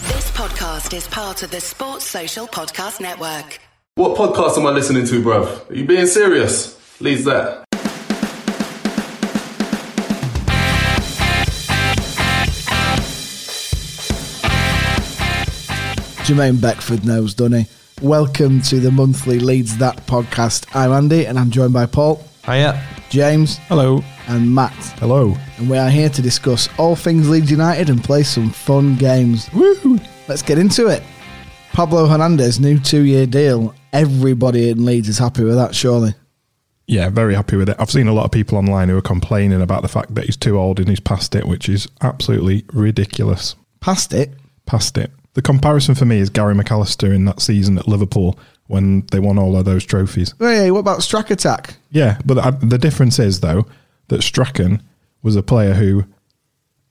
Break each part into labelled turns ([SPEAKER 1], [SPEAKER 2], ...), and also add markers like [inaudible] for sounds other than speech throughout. [SPEAKER 1] podcast is part of the Sports Social Podcast Network.
[SPEAKER 2] What podcast am I listening to, bruv? Are you being serious? Leaves that.
[SPEAKER 3] Jermaine Beckford knows, doesn't he? Welcome to the monthly Leeds That podcast. I'm Andy and I'm joined by Paul,
[SPEAKER 4] Hiya.
[SPEAKER 3] James,
[SPEAKER 4] Hello.
[SPEAKER 3] and Matt.
[SPEAKER 4] Hello.
[SPEAKER 3] And we are here to discuss all things Leeds United and play some fun games. Woo! Let's get into it. Pablo Hernandez, new two year deal. Everybody in Leeds is happy with that, surely.
[SPEAKER 5] Yeah, very happy with it. I've seen a lot of people online who are complaining about the fact that he's too old and he's past it, which is absolutely ridiculous.
[SPEAKER 3] Past it.
[SPEAKER 5] Past it. The comparison for me is Gary McAllister in that season at Liverpool when they won all of those trophies.
[SPEAKER 3] Hey, what about Strack Attack?
[SPEAKER 5] Yeah, but I, the difference is though that Strachan was a player who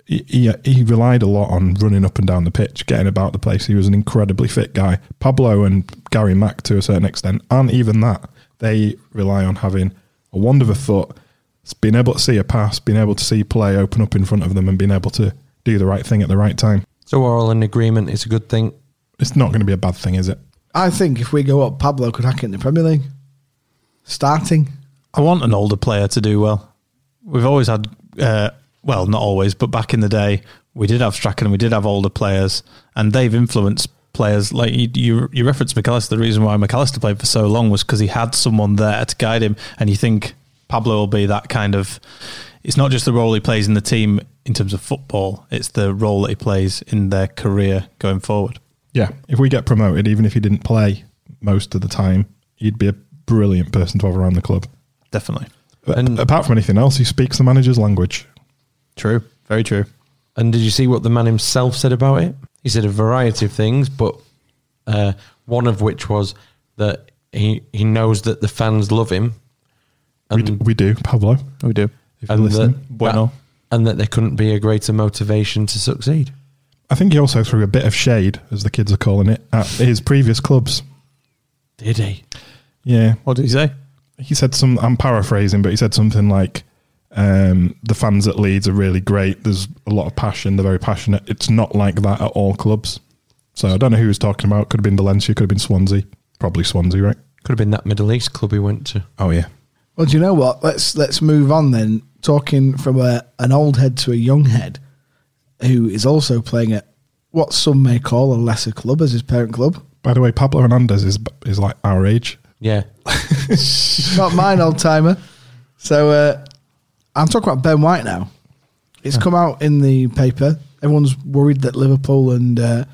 [SPEAKER 5] he, he he relied a lot on running up and down the pitch, getting about the place. He was an incredibly fit guy. Pablo and Gary Mack to a certain extent, and even that they rely on having a wand of a foot, being able to see a pass, being able to see play open up in front of them, and being able to do the right thing at the right time.
[SPEAKER 4] So we're all in agreement. It's a good thing.
[SPEAKER 5] It's not going to be a bad thing, is it?
[SPEAKER 3] I think if we go up, Pablo could hack it in the Premier League. Starting.
[SPEAKER 6] I want an older player to do well. We've always had, uh, well, not always, but back in the day, we did have Strachan and we did have older players, and they've influenced players. Like you, you, you referenced McAllister. The reason why McAllister played for so long was because he had someone there to guide him, and you think Pablo will be that kind of. It's not just the role he plays in the team in terms of football; it's the role that he plays in their career going forward.
[SPEAKER 5] Yeah, if we get promoted, even if he didn't play most of the time, he'd be a brilliant person to have around the club.
[SPEAKER 6] Definitely
[SPEAKER 4] And-
[SPEAKER 5] And apart from anything else, he speaks the manager's language.
[SPEAKER 6] true. Very true.
[SPEAKER 4] And did you see what the man himself said about it? He said a variety of things, but uh, one of which was that he he knows that the fans love him.
[SPEAKER 5] We d- we do, Pablo.
[SPEAKER 6] We do.
[SPEAKER 5] If you're listening,
[SPEAKER 6] bueno.
[SPEAKER 4] and that there couldn't be a greater motivation to succeed.
[SPEAKER 5] I think he also threw a bit of shade, as the kids are calling it, at his previous clubs.
[SPEAKER 4] Did he?
[SPEAKER 5] Yeah,
[SPEAKER 6] What did he say?
[SPEAKER 5] he said some. I'm paraphrasing, but he said something like, um, "The fans at Leeds are really great. There's a lot of passion. They're very passionate. It's not like that at all clubs." So I don't know who he was talking about. Could have been Valencia. Could have been Swansea. Probably Swansea, right?
[SPEAKER 4] Could have been that Middle East club he went to.
[SPEAKER 5] Oh yeah.
[SPEAKER 3] Well, do you know what? Let's let's move on then. Talking from a an old head to a young head, who is also playing at what some may call a lesser club as his parent club.
[SPEAKER 5] By the way, Pablo Hernandez is is like our age.
[SPEAKER 4] Yeah.
[SPEAKER 3] Not mine, old timer. So uh, I'm talking about Ben White now. It's come out in the paper. Everyone's worried that Liverpool and uh,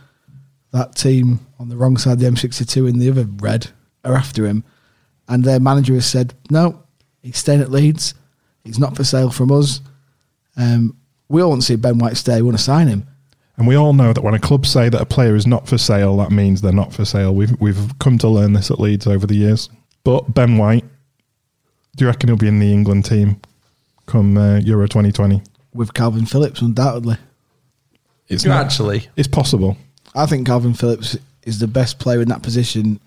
[SPEAKER 3] that team on the wrong side, the M62 in the other red, are after him. And their manager has said, no, he's staying at Leeds. He's not for sale from us. Um, we all want to see Ben White stay. We want to sign him.
[SPEAKER 5] And we all know that when a club say that a player is not for sale, that means they're not for sale. We've we've come to learn this at Leeds over the years. But Ben White, do you reckon he'll be in the England team come uh, Euro 2020?
[SPEAKER 3] With Calvin Phillips, undoubtedly.
[SPEAKER 5] It's
[SPEAKER 4] Actually,
[SPEAKER 5] It's possible.
[SPEAKER 3] I think Calvin Phillips is the best player in that position,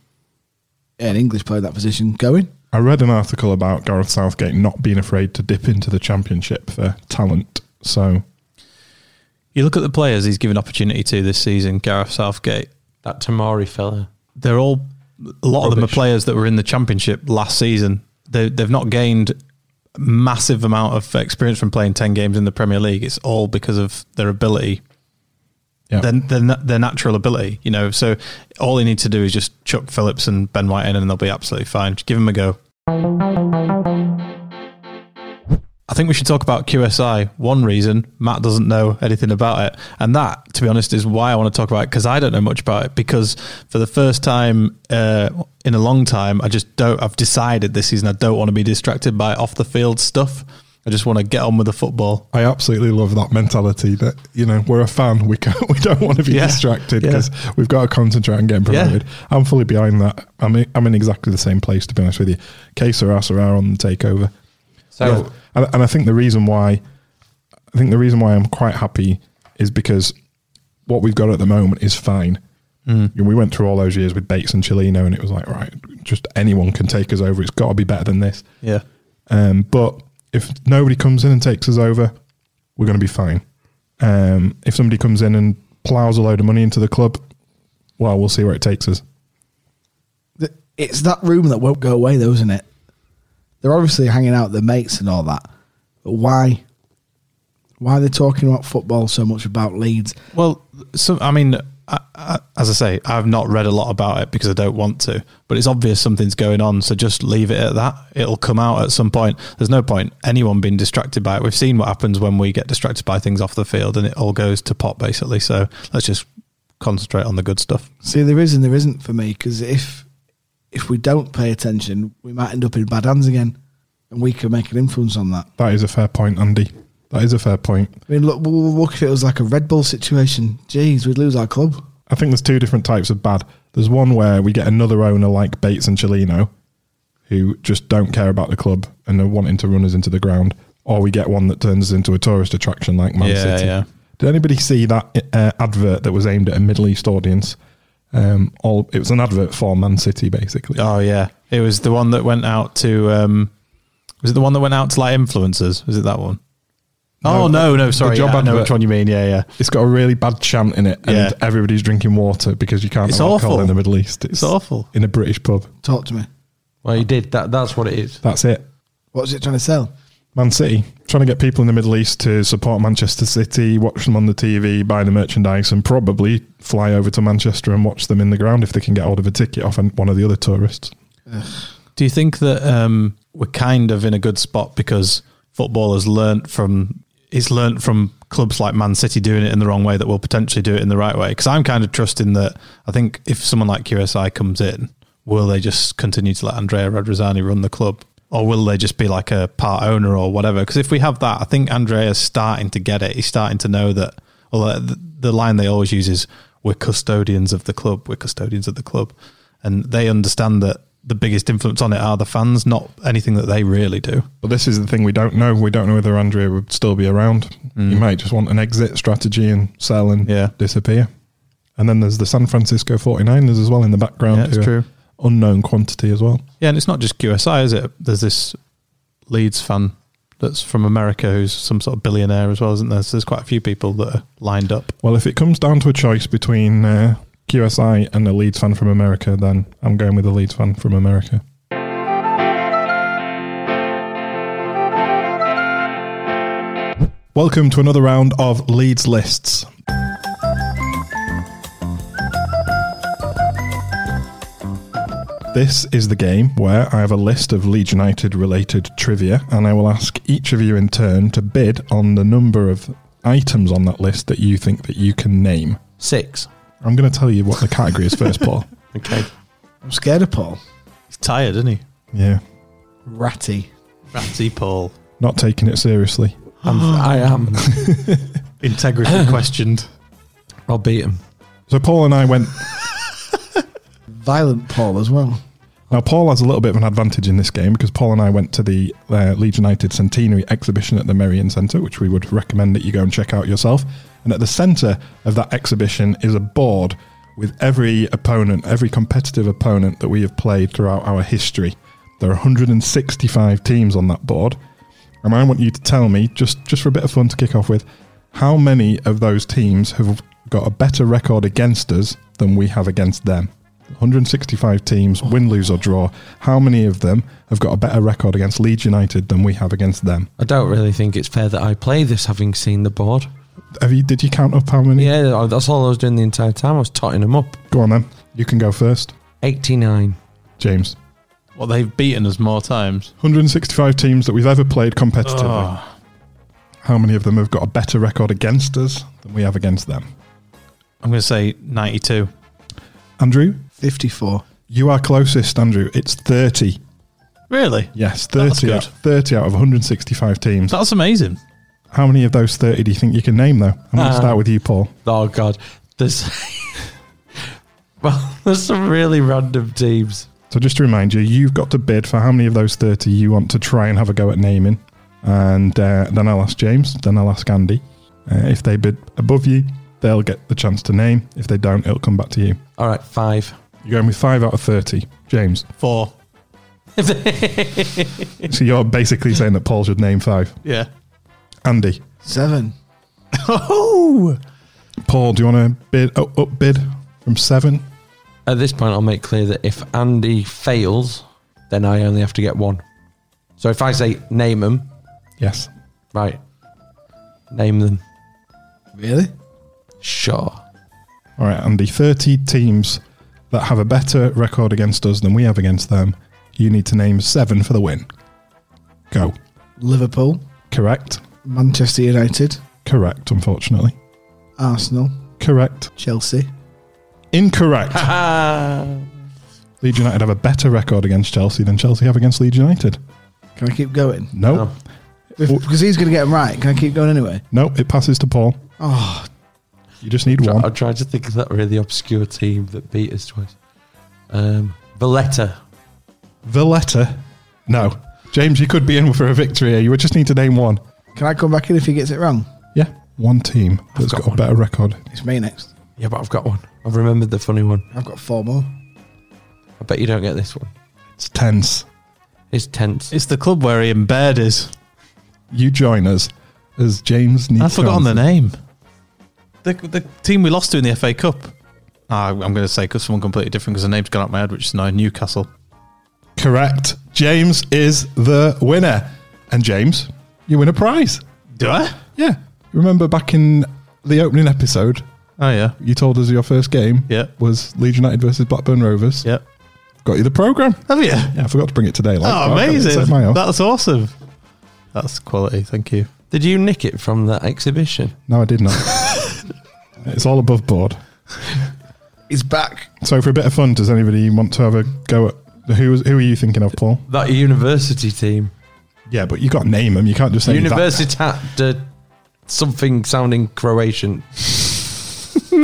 [SPEAKER 3] an English player in that position, going.
[SPEAKER 5] I read an article about Gareth Southgate not being afraid to dip into the Championship for talent. So
[SPEAKER 6] You look at the players he's given opportunity to this season, Gareth Southgate.
[SPEAKER 4] that Tamari fella.
[SPEAKER 6] They're all a lot of them are
[SPEAKER 5] Rubbish.
[SPEAKER 6] players that were in the championship last season. They they've not gained a massive amount of experience from playing 10 games in the Premier League. It's all because of their ability,
[SPEAKER 5] yeah,
[SPEAKER 6] their, their, na- their natural ability, you know. So all you need to do is just chuck Phillips and Ben White in and they'll be absolutely fine. Just give them a go. I think we should talk about QSI. One reason Matt doesn't know anything about it, and that, to be honest, is why I want to talk about it because I don't know much about it. Because for the first time uh, in a long time, I just don't. I've decided this season I don't want to be distracted by off the field stuff. I just want to get on with the football.
[SPEAKER 5] I absolutely love that mentality that you know we're a fan. We can, [laughs] we don't want to be
[SPEAKER 6] Yeah.
[SPEAKER 5] distracted
[SPEAKER 6] Yeah.
[SPEAKER 5] because we've got to concentrate on getting
[SPEAKER 6] Yeah.
[SPEAKER 5] promoted. I'm fully behind that. I'm in, I'm in exactly the same place to be honest with you. K Sarah Sarah on the takeover.
[SPEAKER 4] So
[SPEAKER 5] Yeah. and, and I think the reason why I think the reason why I'm quite happy is because what we've got at the moment is fine.
[SPEAKER 6] Mm.
[SPEAKER 5] You know, We went through all those years with Bates and Chilino, and it was like, right, just anyone can take us over. It's got to be better than this.
[SPEAKER 6] Yeah,
[SPEAKER 5] Um, but if nobody comes in and takes us over, we're going to be fine. Um, if somebody comes in and plows a load of money into the club, well, we'll see where it takes us.
[SPEAKER 3] Th- It's that rumor that won't go away, though, isn't it? They're obviously hanging out with their mates and all that. But why? Why are they talking about football so much about Leeds?
[SPEAKER 6] Well, so I mean, I, I, as I say, I've not read a lot about it because I don't want to. But it's obvious something's going on, so just leave it at that. It'll come out at some point. There's no point anyone being distracted by it. We've seen what happens when we get distracted by things off the field, and it all goes to pot basically. So let's just concentrate on the good stuff.
[SPEAKER 3] See, there is and there isn't for me because if if we don't pay attention, we might end up in bad hands again, and we can make an influence on that.
[SPEAKER 5] That is a fair point, Andy. That is a fair point.
[SPEAKER 3] I mean, look, we'll look if it was like a Red Bull situation. Jeez, we'd lose our club.
[SPEAKER 5] I think there's two different types of bad. There's one where we get another owner like Bates and Chelino, who just don't care about the club and are wanting to run us into the ground, or we get one that turns us into a tourist attraction like Man
[SPEAKER 6] Yeah,
[SPEAKER 5] City.
[SPEAKER 6] yeah.
[SPEAKER 5] Did anybody see that uh, advert that was aimed at a Middle East audience? Um, all it was an advert for Man City, basically.
[SPEAKER 6] Oh yeah, it was the one that went out to. Um, was it the one that went out to like influencers? Was it that one? oh no, no, sorry.
[SPEAKER 5] job
[SPEAKER 6] yeah, I know
[SPEAKER 5] advert.
[SPEAKER 6] which one you mean. Yeah, yeah.
[SPEAKER 5] It's got a really bad chant in it, and
[SPEAKER 6] Yeah.
[SPEAKER 5] everybody's drinking water because you can't
[SPEAKER 6] It's
[SPEAKER 5] have alcohol
[SPEAKER 6] awful.
[SPEAKER 5] in the Middle East.
[SPEAKER 6] It's awful.
[SPEAKER 5] in a British pub.
[SPEAKER 3] Talk to me.
[SPEAKER 4] Well, he did. That, that's what it is.
[SPEAKER 5] That's it.
[SPEAKER 3] What was it trying to sell?
[SPEAKER 5] Man City trying to get people in the Middle East to support Manchester City, watch them on the TV, buy the merchandise, and probably fly over to Manchester and watch them in the ground if they can get hold of a ticket off an- one of the other tourists.
[SPEAKER 6] Do you think that um, we're kind of in a good spot because football has learnt from it's learnt from clubs like Man City doing it in the wrong way that will potentially do it in the right way? Because I'm kind of trusting that I think if someone like QSI comes in, will they just continue to let Andrea Radrizzani run the club? Or will they just be like a part owner or whatever? Because if we have that, I think Andrea's starting to get it. He's starting to know that. Well, the, the line they always use is, "We're custodians of the club. We're custodians of the club," and they understand that the biggest influence on it are the fans, not anything that they really do.
[SPEAKER 5] But this is the thing we don't know. We don't know whether Andrea would still be around. You might just want an exit strategy and sell and
[SPEAKER 6] Mm. Yeah.
[SPEAKER 5] disappear. And then there's the San Francisco 49ers as well in the background.
[SPEAKER 6] Yeah, it's
[SPEAKER 5] who are
[SPEAKER 6] true.
[SPEAKER 5] Unknown quantity as well.
[SPEAKER 6] Yeah, and it's not just QSI, is it? There's this Leeds fan that's from America who's some sort of billionaire as well, isn't there? So there's quite a few people that are lined up.
[SPEAKER 5] Well, if it comes down to a choice between uh, QSI and a Leeds fan from America, then I'm going with a Leeds fan from America. Welcome to another round of Leeds lists. This is the game where I have a list of Leeds United related trivia, and I will ask each of you in turn to bid on the number of items on that list that you think that you can name.
[SPEAKER 4] Six.
[SPEAKER 5] I'm going to tell you what the category is first, Paul.
[SPEAKER 4] Okay.
[SPEAKER 3] I'm scared of Paul.
[SPEAKER 6] He's tired, isn't he?
[SPEAKER 5] Yeah,
[SPEAKER 3] Ratty.
[SPEAKER 6] Ratty Paul.
[SPEAKER 5] not taking it seriously.
[SPEAKER 4] I'm, I am.
[SPEAKER 6] Oh. [laughs]
[SPEAKER 4] [laughs]
[SPEAKER 6] Integrity questioned.
[SPEAKER 4] I'll beat him.
[SPEAKER 5] So Paul and I went.
[SPEAKER 3] Violent Paul as well.
[SPEAKER 5] Now Paul has a little bit of an advantage in this game because Paul and I went to the uh, Leeds United Centenary exhibition at the Merion Centre, which we would recommend that you go and check out yourself. And at the centre of that exhibition is a board with every opponent, every competitive opponent that we have played throughout our history. There are 165 teams on that board, and I want you to tell me just just for a bit of fun to kick off with, how many of those teams have got a better record against us than we have against them? 165 teams, win, lose, or draw. How many of them have got a better record against Leeds United than we have against them?
[SPEAKER 4] I don't really think it's fair that I play this having seen the board.
[SPEAKER 5] Have you? Did you count up how many?
[SPEAKER 4] Yeah, I- that's all I was doing the entire time. I was totting them up.
[SPEAKER 5] Go on then. You can go first,
[SPEAKER 4] 89.
[SPEAKER 5] James.
[SPEAKER 6] Well, they've beaten us more times.
[SPEAKER 5] 165 teams that we've ever played competitively.
[SPEAKER 6] Oh,
[SPEAKER 5] How many of them have got a better record against us than we have against them?
[SPEAKER 6] I'm going to say 92.
[SPEAKER 5] Andrew,
[SPEAKER 3] 54.
[SPEAKER 5] you are closest. Andrew, it's 30.
[SPEAKER 6] Really?
[SPEAKER 5] Yes,
[SPEAKER 6] That's
[SPEAKER 5] 30
[SPEAKER 6] good.
[SPEAKER 5] out, 30 out of 165 teams.
[SPEAKER 6] That's amazing.
[SPEAKER 5] How many of those 30 do you think you can name, though? I'm going to
[SPEAKER 4] Uh,
[SPEAKER 5] start with you, Paul.
[SPEAKER 4] Oh, God. There's. [laughs] well, [laughs] there's some really random teams.
[SPEAKER 5] So, just to remind you, you've got to bid for how many of those 30 you want to try and have a go at naming. And uh, then I'll ask James, then I'll ask Andy. Uh, if they bid above you, they'll get the chance to name. If they don't, it'll come back to you.
[SPEAKER 4] All right, five.
[SPEAKER 5] You're going with five out of 30. James.
[SPEAKER 6] Four.
[SPEAKER 5] So, you're basically saying that Paul should name five.
[SPEAKER 6] Yeah. [laughs]
[SPEAKER 5] Andy.
[SPEAKER 3] 7.
[SPEAKER 6] Oh,
[SPEAKER 5] Paul, do you want to bid, oh, upbid? from seven.
[SPEAKER 4] At this point, I'll make clear that if Andy fails, then I only have to get one. So if I say name them,
[SPEAKER 5] Yes.
[SPEAKER 4] right, name them.
[SPEAKER 3] Really?
[SPEAKER 4] Sure. [laughs]
[SPEAKER 6] [laughs]
[SPEAKER 5] All right, Andy. Thirty teams that have a better record against us than we have against them. You need to name seven for the win. Go.
[SPEAKER 3] Liverpool,
[SPEAKER 5] Correct.
[SPEAKER 3] Manchester United,
[SPEAKER 5] Correct. Unfortunately.
[SPEAKER 3] Arsenal,
[SPEAKER 5] Correct.
[SPEAKER 3] Chelsea.
[SPEAKER 5] Incorrect.
[SPEAKER 4] [laughs]
[SPEAKER 5] Leeds United have a better record against Chelsea than Chelsea have against Leeds United.
[SPEAKER 3] Can I keep going?
[SPEAKER 5] Nope.
[SPEAKER 4] No.
[SPEAKER 3] If- Because he's going to get them right. Can I keep going anyway?
[SPEAKER 5] Nope. It passes to Paul.
[SPEAKER 3] Oh,
[SPEAKER 5] You just need
[SPEAKER 4] I
[SPEAKER 5] one.
[SPEAKER 4] tried to think of that really obscure team that beat us twice. Um, Valletta.
[SPEAKER 5] Valletta. No. James, you could be in for a victory here. You would just need to name one.
[SPEAKER 3] can I come back in if he gets it wrong?
[SPEAKER 5] Yeah. One team that's
[SPEAKER 4] got
[SPEAKER 5] got,
[SPEAKER 4] one.
[SPEAKER 5] a better record.
[SPEAKER 3] It's me next.
[SPEAKER 4] Yeah, but I've got one. I've remembered the funny one.
[SPEAKER 3] I've got four more.
[SPEAKER 4] I bet you don't get this one.
[SPEAKER 5] It's tense.
[SPEAKER 4] It's tense.
[SPEAKER 6] It's the club where Ian Baird is.
[SPEAKER 5] You join us as James needs
[SPEAKER 6] I've forgotten the name. The, the team we lost to in the FA Cup. Ah, I'm going to say because someone completely different because the name's gone out my head, which is now Newcastle.
[SPEAKER 5] Correct. James is the winner. And James, you win a prize.
[SPEAKER 6] Do I?
[SPEAKER 5] Yeah. Remember back in the opening episode,
[SPEAKER 6] Oh, yeah.
[SPEAKER 5] you told us your first game
[SPEAKER 6] Yeah.
[SPEAKER 5] was Leeds United versus Blackburn Rovers.
[SPEAKER 6] Yep.
[SPEAKER 5] Got you the programme.
[SPEAKER 6] Have you?
[SPEAKER 5] Yeah, I forgot to bring it today. Like,
[SPEAKER 6] Oh,
[SPEAKER 5] I've got it. It's at my
[SPEAKER 6] amazing.
[SPEAKER 5] house.
[SPEAKER 6] That's awesome. That's quality. Thank you.
[SPEAKER 4] Did you nick it from that exhibition?
[SPEAKER 5] No, I
[SPEAKER 6] [laughs]
[SPEAKER 5] did not. it's all above board.
[SPEAKER 3] He's back.
[SPEAKER 5] So for a bit of fun, does anybody want to have a go at who? was- Who are you thinking of, Paul?
[SPEAKER 4] That university team.
[SPEAKER 5] Yeah, but you got to name them. You can't just say that.
[SPEAKER 4] Universitat de something sounding Croatian.
[SPEAKER 6] [laughs]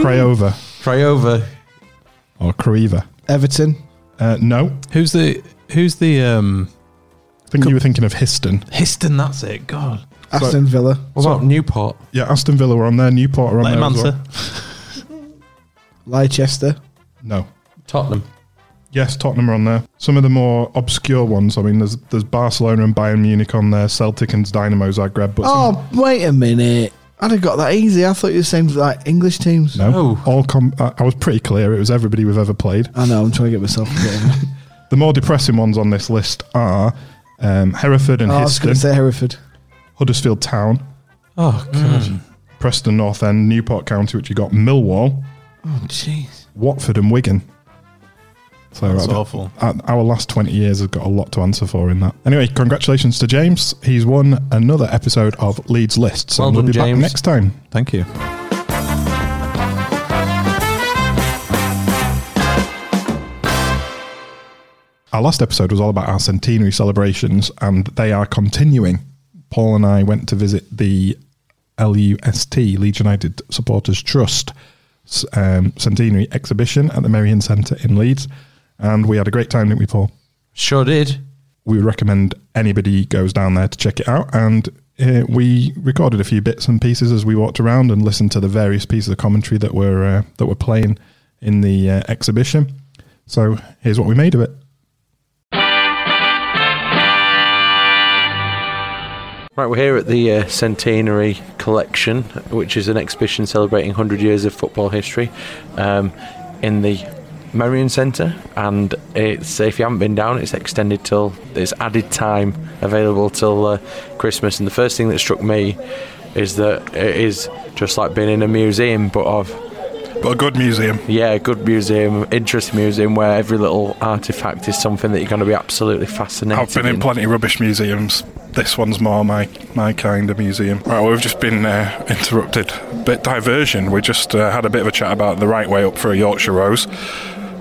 [SPEAKER 5] Craiova
[SPEAKER 4] Craiova.
[SPEAKER 5] or Craiva.
[SPEAKER 3] Everton.
[SPEAKER 5] Uh, no,
[SPEAKER 6] Who's the who's the um
[SPEAKER 5] I think you were thinking of Histon.
[SPEAKER 6] Histon? That's it. God,
[SPEAKER 3] Aston Villa.
[SPEAKER 4] What about Newport?
[SPEAKER 5] Yeah, Aston Villa were on there. Newport were on
[SPEAKER 6] let him
[SPEAKER 5] there. as
[SPEAKER 6] answer.
[SPEAKER 5] well.
[SPEAKER 3] Leicester.
[SPEAKER 5] No.
[SPEAKER 4] Tottenham.
[SPEAKER 5] Yes, Tottenham are on there. Some of the more obscure ones. I mean, there's there's Barcelona and Bayern Munich on there. Celtic and Dynamo Zagreb. But some-
[SPEAKER 3] Oh, wait a minute. I'd have got that easy. I thought you were saying like English teams.
[SPEAKER 5] no,
[SPEAKER 4] no.
[SPEAKER 5] all com- I, I was pretty clear. It was everybody we've ever played.
[SPEAKER 3] I know. I'm trying to get [laughs] myself. together.
[SPEAKER 5] The more depressing ones on this list are um, Hereford and
[SPEAKER 3] oh, I was going
[SPEAKER 5] Histon,
[SPEAKER 3] to say Hereford.
[SPEAKER 5] Huddersfield Town,
[SPEAKER 4] Oh god.
[SPEAKER 6] Mm.
[SPEAKER 5] Preston North End, Newport County, which you got Millwall,
[SPEAKER 3] Oh, jeez.
[SPEAKER 5] Watford, and Wigan. So
[SPEAKER 6] That's
[SPEAKER 5] uh,
[SPEAKER 6] awful.
[SPEAKER 5] uh, our last 20 years has got a lot to answer for in that. Anyway, congratulations to James. He's won another episode of Leeds List. So
[SPEAKER 4] Well
[SPEAKER 5] we'll
[SPEAKER 4] done,
[SPEAKER 5] be
[SPEAKER 4] James.
[SPEAKER 5] back next time.
[SPEAKER 6] Thank you.
[SPEAKER 5] Our last episode was all about our centenary celebrations, and they are continuing. Paul and I went to visit the LUST, Leeds United Supporters Trust, s- um, centenary exhibition at the Marion Centre in Leeds, and we had a great time, didn't we, Paul?
[SPEAKER 4] Sure did.
[SPEAKER 5] We recommend anybody goes down there to check it out, and uh, we recorded a few bits and pieces as we walked around and listened to the various pieces of commentary that were uh, that were playing in the uh, exhibition. So here's what we made of it.
[SPEAKER 4] Right, we're here at the uh, Centenary Collection, which is an exhibition celebrating 100 years of football history um, in the Marion Centre. And it's if you haven't been down, it's extended till it's added time available till uh, Christmas. And the first thing that struck me is that it is just like being in a museum, but of
[SPEAKER 5] But a good museum.
[SPEAKER 4] yeah, a good museum, interesting museum where every little artifact is something that you're going to be absolutely fascinated.
[SPEAKER 5] I've been in plenty of rubbish museums. This one's more my my kind of museum. Right, well, we've just been uh, interrupted. Bit diversion. We just uh, had a bit of a chat about the right way up for a Yorkshire Rose,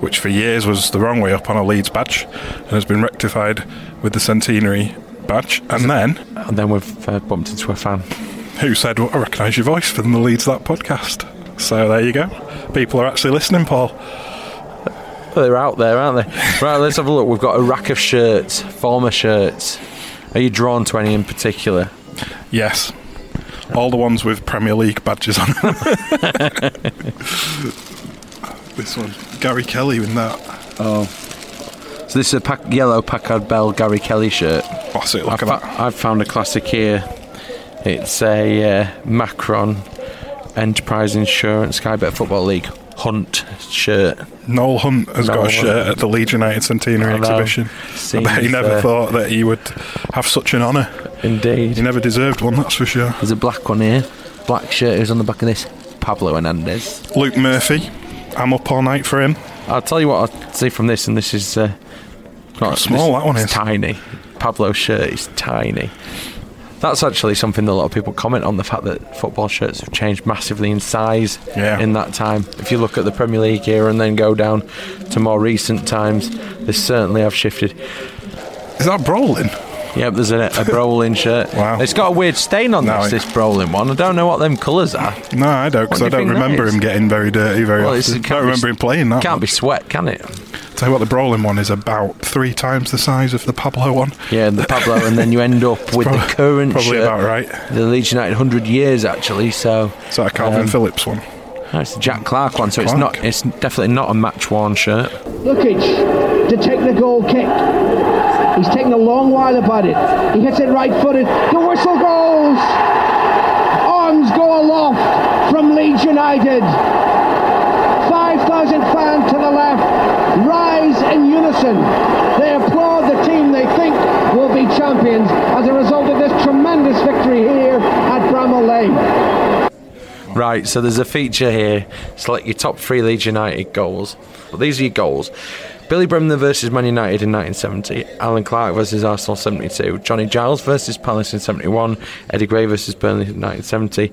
[SPEAKER 5] which for years was the wrong way up on a Leeds badge, and has been rectified with the centenary badge. And then,
[SPEAKER 4] and then we've uh, bumped into a fan.
[SPEAKER 5] who said, well, "I recognise your voice from the Leeds that podcast"? So there you go. People are actually listening, Paul.
[SPEAKER 4] Well, They're out there, aren't they? Right, let's have a look. We've got a rack of shirts, former shirts. Are you drawn to any in particular?
[SPEAKER 5] Yes. All the ones with Premier League badges on. [laughs] this one, Gary Kelly in that.
[SPEAKER 4] So this is a pack, yellow Packard Bell Gary Kelly shirt.
[SPEAKER 5] Boss it, Oh, look
[SPEAKER 4] I've,
[SPEAKER 5] at
[SPEAKER 4] fa-
[SPEAKER 5] that.
[SPEAKER 4] I've found a classic here. It's a uh, Macron Enterprise Insurance Skybet Football League Hunt shirt.
[SPEAKER 5] Noel Hunt has
[SPEAKER 4] Noel
[SPEAKER 5] got a shirt
[SPEAKER 4] Hunt.
[SPEAKER 5] at the Legionary Centenary
[SPEAKER 4] I know.
[SPEAKER 5] exhibition. I bet he
[SPEAKER 4] Seems,
[SPEAKER 5] never
[SPEAKER 4] uh,
[SPEAKER 5] thought that he would have such an honour.
[SPEAKER 4] Indeed.
[SPEAKER 5] He never deserved one, that's for sure.
[SPEAKER 4] There's a black one here. Black shirt who's on the back of this. Pablo Hernandez.
[SPEAKER 5] Luke Murphy, I'm up all night for him.
[SPEAKER 4] I'll tell you what I see from this, and this is uh, not
[SPEAKER 5] small
[SPEAKER 4] this-
[SPEAKER 5] that one
[SPEAKER 4] it's
[SPEAKER 5] is.
[SPEAKER 4] Tiny. Pablo's shirt is tiny. That's actually something that a lot of people comment on the fact that football shirts have changed massively in size
[SPEAKER 5] Yeah.
[SPEAKER 4] in that time. If you look at the Premier League era and then go down to more recent times, they certainly have shifted.
[SPEAKER 5] Is that Brolin?
[SPEAKER 4] Yeah, but there's a, a Brolin shirt.
[SPEAKER 5] [laughs] Wow.
[SPEAKER 4] It's got a weird stain on
[SPEAKER 5] No,
[SPEAKER 4] this,
[SPEAKER 5] it-
[SPEAKER 4] this Brolin one. I don't know what them colours are.
[SPEAKER 5] No, I don't, because
[SPEAKER 4] What
[SPEAKER 5] I
[SPEAKER 4] do you think
[SPEAKER 5] don't
[SPEAKER 4] that
[SPEAKER 5] remember
[SPEAKER 4] is?
[SPEAKER 5] him getting very dirty very
[SPEAKER 4] Well, it's- it
[SPEAKER 5] often.
[SPEAKER 4] can't
[SPEAKER 5] don't
[SPEAKER 4] be
[SPEAKER 5] remember
[SPEAKER 4] s-
[SPEAKER 5] him playing that.
[SPEAKER 4] Can't
[SPEAKER 5] Can't
[SPEAKER 4] be sweat, can it?
[SPEAKER 5] Tell you what, the Brolin one is about three times the size of the Pablo one.
[SPEAKER 4] Yeah, the Pablo, and then you end up with
[SPEAKER 5] Prob-
[SPEAKER 4] the current
[SPEAKER 5] probably
[SPEAKER 4] shirt,
[SPEAKER 5] about right.
[SPEAKER 4] The Leeds United hundred years actually. So
[SPEAKER 5] It's like a Calvin
[SPEAKER 4] um,
[SPEAKER 5] Phillips one.
[SPEAKER 4] no, it's the Jack Clark one. So it's
[SPEAKER 5] Clark.
[SPEAKER 4] not. It's definitely not a match worn shirt.
[SPEAKER 7] Lukic to take the goal kick. He's taking a long while about it. He hits it right footed. The whistle goes. Arms go aloft from Leeds United. 5,000 fans to the left rise in unison. They applaud the team they think will be champions as a result of this tremendous victory here at Bramall Lane.
[SPEAKER 4] Right. So there's a feature here. Select your top three Leeds United goals. Well, these are your goals. Billy Bremner versus Man United in 1970, Alan Clark versus Arsenal 72, Johnny Giles versus Palace in 71, Eddie Gray versus Burnley in 1970,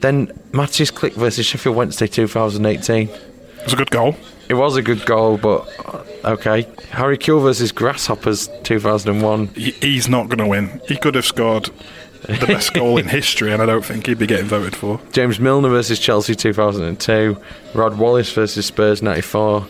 [SPEAKER 4] then Matthews Click versus Sheffield Wednesday 2018.
[SPEAKER 5] It was a good goal.
[SPEAKER 4] It was a good goal, but uh, okay. Harry Kuehl versus Grasshoppers 2001.
[SPEAKER 5] He- He's not going to win. He could have scored the best goal in history, and I don't think he'd be getting voted for.
[SPEAKER 4] James Milner versus Chelsea 2002. Rod Wallace versus Spurs 94.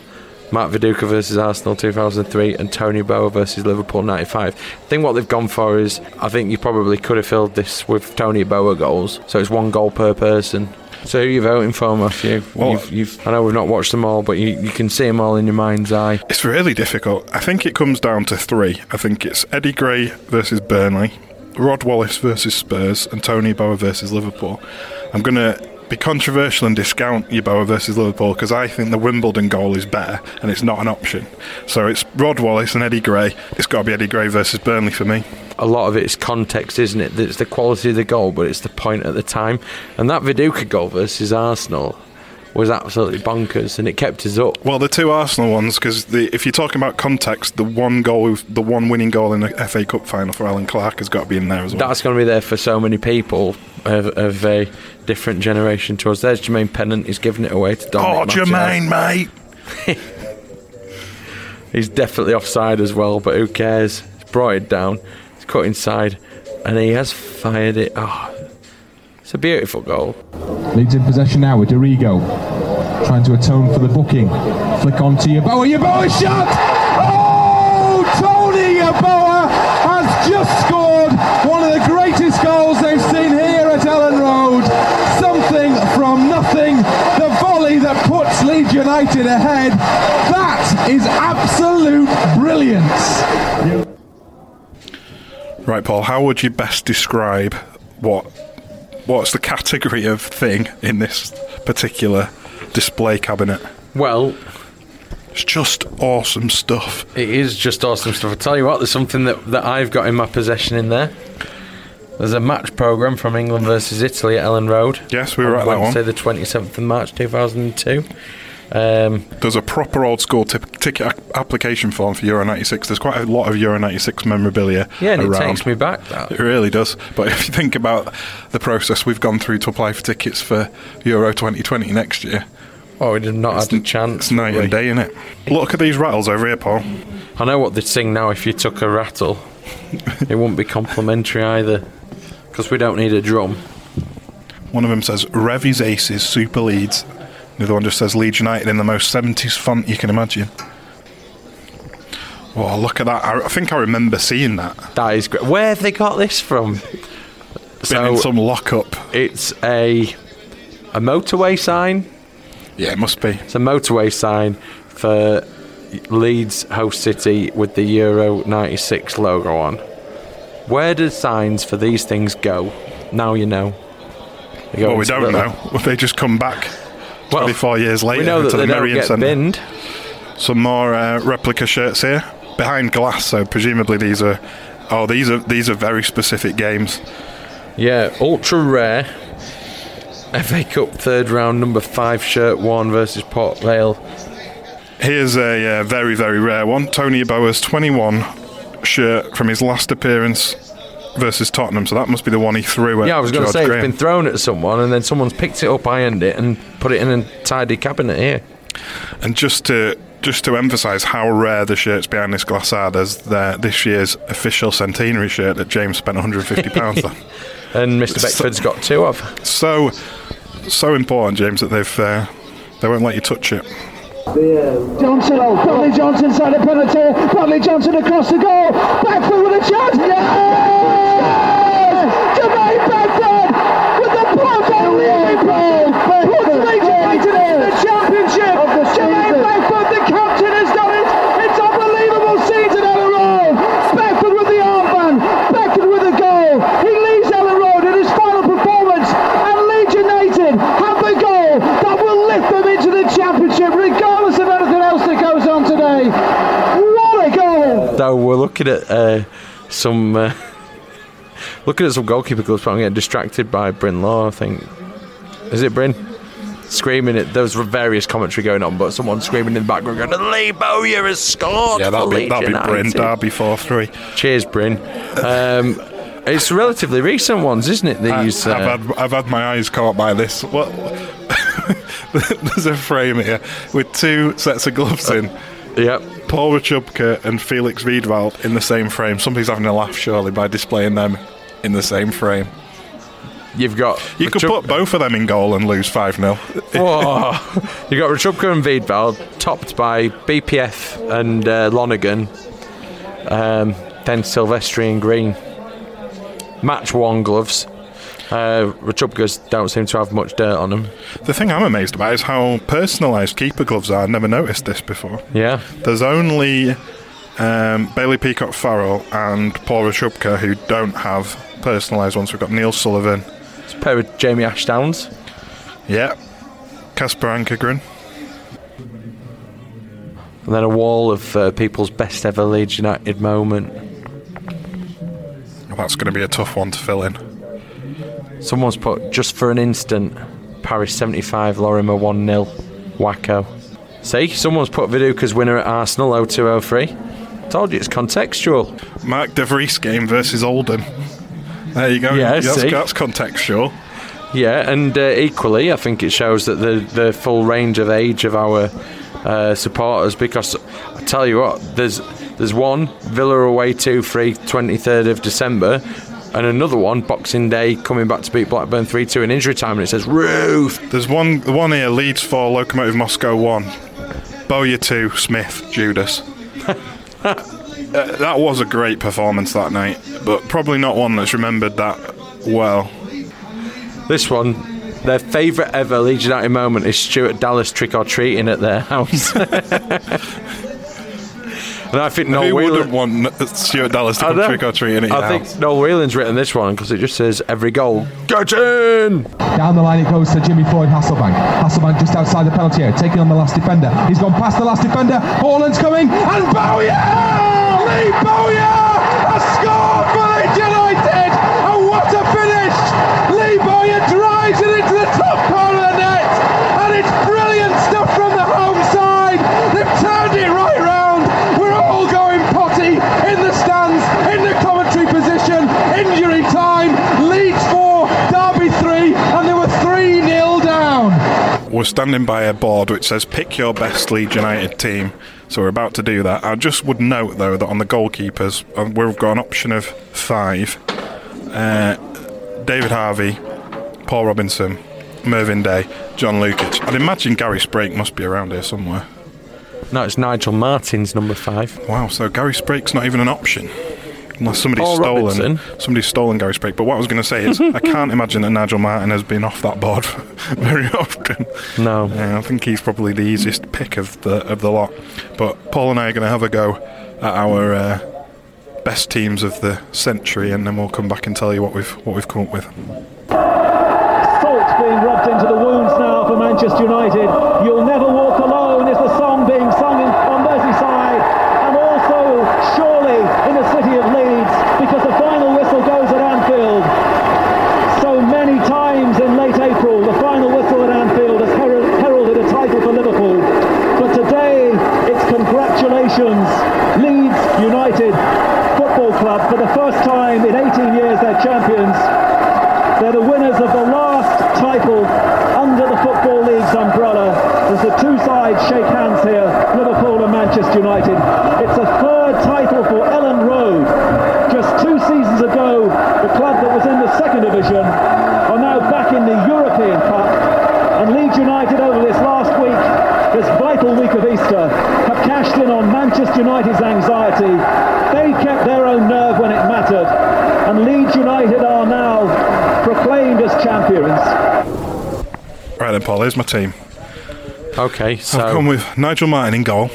[SPEAKER 4] Matt Viduka versus Arsenal 2003 and Tony Bower versus Liverpool 95. I think what they've gone for is I think you probably could have filled this with Tony Bower goals. So it's one goal per person. So who are you voting for, Matthew?
[SPEAKER 5] Well-
[SPEAKER 4] You've, you've, I know we've not watched them all, but you, you can see them all in your mind's eye.
[SPEAKER 5] It's really difficult. I think it comes down to three. I think it's Eddie Gray versus Burnley, Rod Wallace versus Spurs, and Tony Bower versus Liverpool. I'm going to be controversial and discount your Bower versus Liverpool because I think the Wimbledon goal is better and it's not an option. So it's Rod Wallace and Eddie Gray. It's got to be Eddie Gray versus Burnley for me.
[SPEAKER 4] a lot of it's context, isn't it? It's the quality of the goal, but it's the point at the time. And that Viduka goal versus Arsenal was absolutely bonkers, and it kept us up.
[SPEAKER 5] Well, the two Arsenal ones, because if you're talking about context, the one goal, the one winning goal in the FA Cup final for Alan Clark has got to be in there as well.
[SPEAKER 4] That's going to be there for so many people of, of a different generation to us. There's Jermaine Pennant. He's giving it away to
[SPEAKER 5] oh,
[SPEAKER 4] Dominic. Martial.
[SPEAKER 5] Jermaine, mate.
[SPEAKER 4] He's definitely offside as well, but who cares? He's brought it down. He's cut inside, and he has fired it. Oh, it's a beautiful goal.
[SPEAKER 8] Leeds in possession now with Dorigo. Trying to atone for the booking. Flick on to Yaboa. Yaboa shot! Oh! Tony Yaboa has just scored one of the greatest goals they've seen here at Ellen Road. Something from nothing. The volley that puts Leeds United ahead. That is absolute brilliance.
[SPEAKER 5] Right, Paul. How would you best describe what what's the category of thing in this particular display cabinet?
[SPEAKER 4] Well,
[SPEAKER 5] It's just awesome stuff.
[SPEAKER 4] It is just awesome stuff. I tell you what, there's something that, that I've got in my possession in there. There's a match program from England versus Italy at Ellen Road.
[SPEAKER 5] Yes, we were
[SPEAKER 4] on
[SPEAKER 5] at that one.
[SPEAKER 4] Wednesday, the 27th of March 2002. Um,
[SPEAKER 5] There's a proper old school tip- ticket ac- application form for Euro '96. There's quite a lot of Euro '96 memorabilia
[SPEAKER 4] yeah, and
[SPEAKER 5] around.
[SPEAKER 4] it takes me back. That
[SPEAKER 5] It really does. But [laughs] if you think about the process we've gone through to apply for tickets for Euro 2020 next year,
[SPEAKER 4] oh, we did not have a chance.
[SPEAKER 5] it's night and day, isn't it? Look at these rattles over here, Paul.
[SPEAKER 4] I know what they'd sing now if you took a
[SPEAKER 5] [laughs]
[SPEAKER 4] rattle. it wouldn't be complimentary either, because we don't need a drum.
[SPEAKER 5] One of them says Revy's Aces Super Leeds. The other one just says Leeds United in the most 70s font you can imagine. Oh, look at that. I, I think I remember seeing that.
[SPEAKER 4] That is great. Where have they got this from?
[SPEAKER 5] Been in some lockup.
[SPEAKER 4] it's a a motorway sign.
[SPEAKER 5] Yeah, it must be.
[SPEAKER 4] It's a motorway sign for Leeds host city with the Euro 96 logo on. Where do signs for these things go? Now you know. They go
[SPEAKER 5] Well, we
[SPEAKER 4] into
[SPEAKER 5] don't
[SPEAKER 4] little-
[SPEAKER 5] [laughs] know. They just come back.
[SPEAKER 4] Well,
[SPEAKER 5] 24 years later
[SPEAKER 4] we know that
[SPEAKER 5] to
[SPEAKER 4] they
[SPEAKER 5] the
[SPEAKER 4] don't
[SPEAKER 5] Marion
[SPEAKER 4] get
[SPEAKER 5] Centre.
[SPEAKER 4] binned.
[SPEAKER 5] Some more uh, replica shirts here behind glass. So presumably these are. Oh, these are these are very specific games.
[SPEAKER 4] Yeah, ultra rare. FA Cup third round number five shirt one versus Port Vale.
[SPEAKER 5] Here's a uh, very, very rare one. Tony Bowers 21 shirt from his last appearance versus Tottenham. So that must be the one he threw at
[SPEAKER 4] Yeah, I was going to
[SPEAKER 5] George
[SPEAKER 4] say
[SPEAKER 5] Graham.
[SPEAKER 4] it's been thrown at someone, and then someone's picked it up, ironed it, and put it in a tidy cabinet here.
[SPEAKER 5] And just to just to emphasise how rare the shirts behind this glass are, there's the, this year's official centenary shirt that James spent 150
[SPEAKER 4] [laughs]
[SPEAKER 5] pounds on.
[SPEAKER 4] And Mr. Beckford's got two of.
[SPEAKER 5] So so important, James, that they've uh, they won't let you touch it.
[SPEAKER 7] Johnson, oh, Bradley Johnson side a penalty. Bradley Johnson across the goal. Beckford with a chance. Yes! Jermaine Beckford with the block on the apron. Puts Leeds United into the championship. Jermaine Beckford, the captain, has done it. It's unbelievable season in a row. Beckford with the armband. Beckford with the goal. He leaves Ellen Road in his final performance. And Leeds United have the goal that will lift them into the championship, regardless of anything else that goes on today. What a goal!
[SPEAKER 4] Though we're looking at uh, some uh, [laughs] looking at some goalkeeper clubs, but I'm getting distracted by Bryn Law. I think is it Bryn screaming at there was various commentary going on, but someone screaming in the background going, "Lee Bowyer has scored!"
[SPEAKER 5] Yeah, that'll
[SPEAKER 4] for
[SPEAKER 5] be
[SPEAKER 4] Leeds
[SPEAKER 5] that'll be Bryn
[SPEAKER 4] United."
[SPEAKER 5] Derby four three.
[SPEAKER 4] Cheers, Bryn. Um, it's relatively recent ones, isn't it? uh, That you
[SPEAKER 5] Uh, I've
[SPEAKER 4] said.
[SPEAKER 5] had I've had my eyes caught by this. What [laughs] there's a frame here with two sets of gloves in.
[SPEAKER 4] Yep.
[SPEAKER 5] Paul Rachubka and Felix Wiedwald in the same frame. Somebody's having a laugh, surely, by displaying them in the same frame.
[SPEAKER 4] You've got
[SPEAKER 5] You could
[SPEAKER 4] Rachub-
[SPEAKER 5] put both of them in goal and lose 5 0.
[SPEAKER 4] Whoa. You've got Rachubka and Wiedvald, topped by BPF and uh, Lonergan, um, then Silvestri and Green. Match one gloves. Uh, Rachubka's don't seem to have much dirt on them.
[SPEAKER 5] The thing I'm amazed about is how personalised keeper gloves are. I never noticed this before.
[SPEAKER 4] Yeah.
[SPEAKER 5] There's only um, Bailey Peacock Farrell and Paul Rachubka who don't have personalised ones. We've got Neil Sullivan.
[SPEAKER 4] It's a pair of Jamie Ashdowns.
[SPEAKER 5] Yeah. Casper Ankergren.
[SPEAKER 4] And then a wall of uh, people's best ever Leeds United moment.
[SPEAKER 5] That's going to be a tough one to fill in.
[SPEAKER 4] Someone's put, just for an instant, Paris 75, Lorimer 1 0, wacko. See, someone's put Viduka's winner at Arsenal 0203. Told you it's contextual.
[SPEAKER 5] Mark De Vries game versus Oldham. There you go.
[SPEAKER 4] Yeah, I
[SPEAKER 5] that's,
[SPEAKER 4] see.
[SPEAKER 5] that's contextual.
[SPEAKER 4] Yeah, and uh, equally, I think it shows that the, the full range of age of our uh, supporters. Because I tell you what, there's there's one Villa away two three 23rd of December, and another one Boxing Day coming back to beat Blackburn three two in injury time, and it says roof.
[SPEAKER 5] There's one the one here Leeds 4, Locomotive Moscow 1, Bowyer 2, Smith, Judas. [laughs] Uh, that was a great performance that night, but probably not one that's remembered that well.
[SPEAKER 4] This one, their favourite ever Leeds United moment is Stuart Dallas trick or treating at their house. [laughs] and I think Noel
[SPEAKER 5] Who
[SPEAKER 4] Whelan.
[SPEAKER 5] wouldn't want Stuart Dallas to
[SPEAKER 4] I
[SPEAKER 5] come
[SPEAKER 4] know.
[SPEAKER 5] trick or treating at your
[SPEAKER 4] I
[SPEAKER 5] house?
[SPEAKER 4] think Noel Whelan's written this one because it just says every goal. Get in!
[SPEAKER 8] Down the line it goes to Jimmy Floyd Hasselbank. Hasselbank just outside the penalty area, taking on the last defender. He's gone past the last defender. Holland's coming and Bowyer! Lee Bowyer has scored for Leeds United! And what a finish! Lee Bowyer drives it into the top corner of the net, and it's brilliant stuff from the home side. They've turned it right round. We're all going potty in the stands, in the commentary position, injury time. Leeds four, Derby three, and they were three 0 down.
[SPEAKER 5] We're standing by a board which says pick your best Leeds United team. So we're about to do that. I just would note though that on the goalkeepers, um, we've got an option of five: uh, David Harvey, Paul Robinson, Mervyn Day, John Lukic. I'd imagine Gary Sprake must be around here somewhere.
[SPEAKER 4] No, it's Nigel Martin's number five.
[SPEAKER 5] Wow, so Gary Sprake's not even an option. Unless somebody's
[SPEAKER 4] Paul
[SPEAKER 5] stolen,
[SPEAKER 4] Robinson.
[SPEAKER 5] somebody's stolen Gary Sprake. But what I was going to say is, I can't imagine that Nigel Martin has been off that board [laughs] very often.
[SPEAKER 4] No.
[SPEAKER 5] Yeah, I think he's probably the easiest pick of the of the lot. But Paul and I are going to have a go at our uh, best teams of the century, and then we'll come back and tell you what we've what we've come up with.
[SPEAKER 9] Salt being rubbed into the wounds now for Manchester Manchester United. You'll never walk alone is the song being sung in, on Merseyside and also surely in the city of Leeds because the final whistle goes at Anfield. So many times in late April, the final whistle at Anfield has hero- heralded a title for Liverpool. But today, it's congratulations, Leeds United Football Club. For the first time in 18 years, they're champions. They're the winners of the last title under the Football League's umbrella. As the two sides shake hands here, Liverpool and Manchester United. It's a third title for Ellen Road. Just two seasons ago, the club that was in the second division are now back in the European Cup. And Leeds United over this last week, this vital week of Easter, have cashed in on Manchester United's anxiety. They kept their own nerve when it mattered. And Leeds United are now proclaimed as champions.
[SPEAKER 5] Right then, Paul, here's my team.
[SPEAKER 4] Okay,
[SPEAKER 5] I've Oh, come
[SPEAKER 4] so
[SPEAKER 5] with Nigel Martin in goal.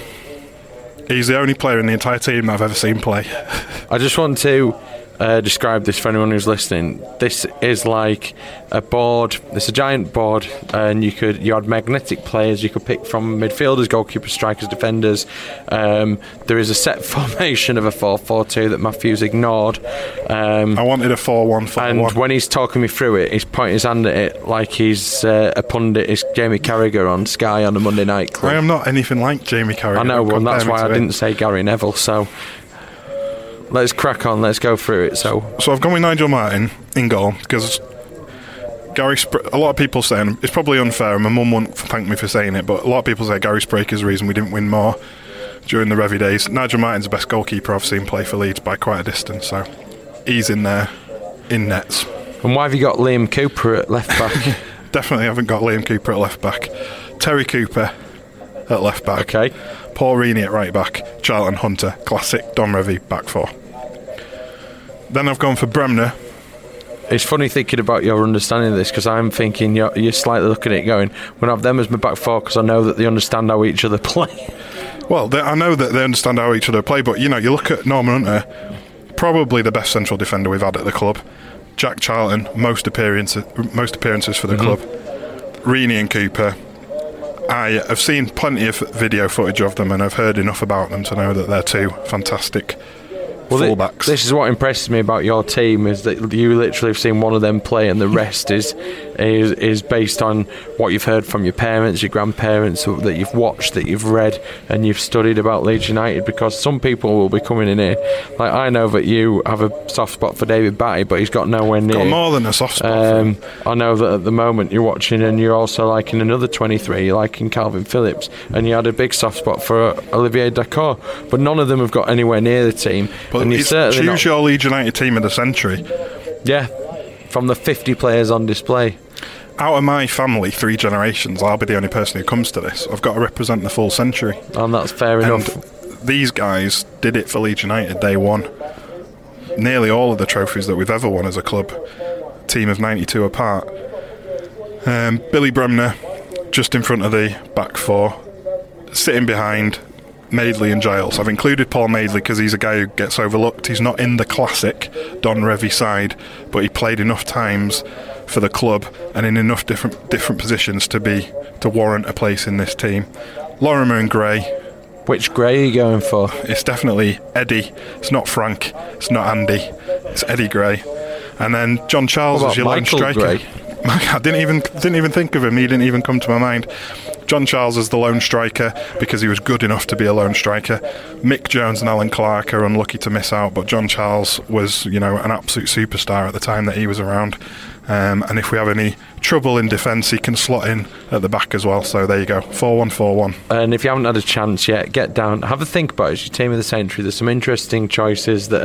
[SPEAKER 5] He's the only player in the entire team I've ever seen play.
[SPEAKER 4] I just want to uh, describe this for anyone who's listening. This is like a board. It's a giant board, and you could you had magnetic players you could pick from midfielders, goalkeepers, strikers, defenders. Um, there is a set [laughs] formation of a four-four-two that Matthews ignored. Um,
[SPEAKER 5] I wanted a 4 1 4
[SPEAKER 4] And
[SPEAKER 5] 1.
[SPEAKER 4] when he's talking me through it, he's pointing his hand at it like he's uh, a pundit. It's Jamie Carragher on Sky on a Monday night
[SPEAKER 5] I
[SPEAKER 4] club.
[SPEAKER 5] am not anything like Jamie Carragher.
[SPEAKER 4] I know,
[SPEAKER 5] Don't
[SPEAKER 4] well, that's
[SPEAKER 5] compare me
[SPEAKER 4] why I
[SPEAKER 5] to him.
[SPEAKER 4] didn't say Gary Neville. So let's crack on. Let's go through it. So
[SPEAKER 5] So I've gone with Nigel Martin in goal because Gary. Spr- a lot of people saying it's probably unfair, and my mum won't thank me for saying it, but a lot of people say Gary Sprake is the reason we didn't win more during the Revy days. Nigel Martin's the best goalkeeper I've seen play for Leeds by quite a distance, so he's in there in nets.
[SPEAKER 4] and why have you got Liam Cooper at left
[SPEAKER 5] [laughs]
[SPEAKER 4] back?
[SPEAKER 5] Definitely haven't got Liam Cooper at left back, Terry Cooper at left back,
[SPEAKER 4] okay,
[SPEAKER 5] Paul Reaney at right back, Charlton Hunter, classic Don Revy back four. Then I've gone for Bremner
[SPEAKER 4] it's funny thinking about your understanding of this because I'm thinking you're, you're slightly looking at it going, "When have them as my back four because I know that they understand how each other [laughs] play."
[SPEAKER 5] Well, they, I know that they understand how each other play, but you know, you look at Norman Hunter, probably the best central defender we've had at the club. Jack Charlton, most appearances, most appearances for the
[SPEAKER 4] Mm-hmm.
[SPEAKER 5] club. Reaney and Cooper. I have seen plenty of video footage of them, and I've heard enough about them to know that they're two fantastic
[SPEAKER 4] thi-
[SPEAKER 5] fullbacks.
[SPEAKER 4] this is what impresses me about your team is that you literally have seen one of them play,
[SPEAKER 5] [laughs]
[SPEAKER 4] and the rest is is is based on what you've heard from your parents, your grandparents, or that you've watched, that you've read, and you've studied about Leeds United. Because some people will be coming in here, like I know that you have a soft spot for David Batty, but he's got nowhere near.
[SPEAKER 5] Got more than a soft spot. for them.
[SPEAKER 4] Um, I know that at the moment you're watching and you're also liking another 23, you're liking Calvin Phillips, and you had a big soft spot for uh, Olivier Dacour, but none of them have got anywhere near the team.
[SPEAKER 5] but
[SPEAKER 4] and you're
[SPEAKER 5] it's-
[SPEAKER 4] certainly not,
[SPEAKER 5] choose your Leeds United team of the century.
[SPEAKER 4] yeah, from the 50 players on display.
[SPEAKER 5] Out of my family, three generations, I'll be the only person who comes to this. I've got to represent the full century.
[SPEAKER 4] And that's fair
[SPEAKER 5] And
[SPEAKER 4] enough.
[SPEAKER 5] these guys did it for Leeds United day one. Nearly all of the trophies that we've ever won as a club, team of 92 apart. Um, Billy Bremner, just in front of the back four, sitting behind Madeley and Giles. I've included Paul Madeley because he's a guy who gets overlooked. He's not in the classic Don Revy side, but he played enough times for the club and in enough different different positions to be to warrant a place in this team. Lorimer and Gray,
[SPEAKER 4] Which grey are you going for?
[SPEAKER 5] it's definitely Eddie. It's not Frank. It's not Andy. It's Eddie Gray. And then John Charles
[SPEAKER 4] What
[SPEAKER 5] is your
[SPEAKER 4] about
[SPEAKER 5] lone
[SPEAKER 4] Michael
[SPEAKER 5] striker.
[SPEAKER 4] Gray?
[SPEAKER 5] [laughs] I didn't even didn't even think of him. He didn't even come to my mind. John Charles is the lone striker because he was good enough to be a lone striker. Mick Jones and Alan Clark are unlucky to miss out, but John Charles was, you know, an absolute superstar at the time that he was around. Um, and if we have any trouble in defence, he can slot in at the back as well. So there you go, four-one-four-one.
[SPEAKER 4] And if you haven't had a chance yet, get down, have a think about it. It's your team of the century. There's some interesting choices that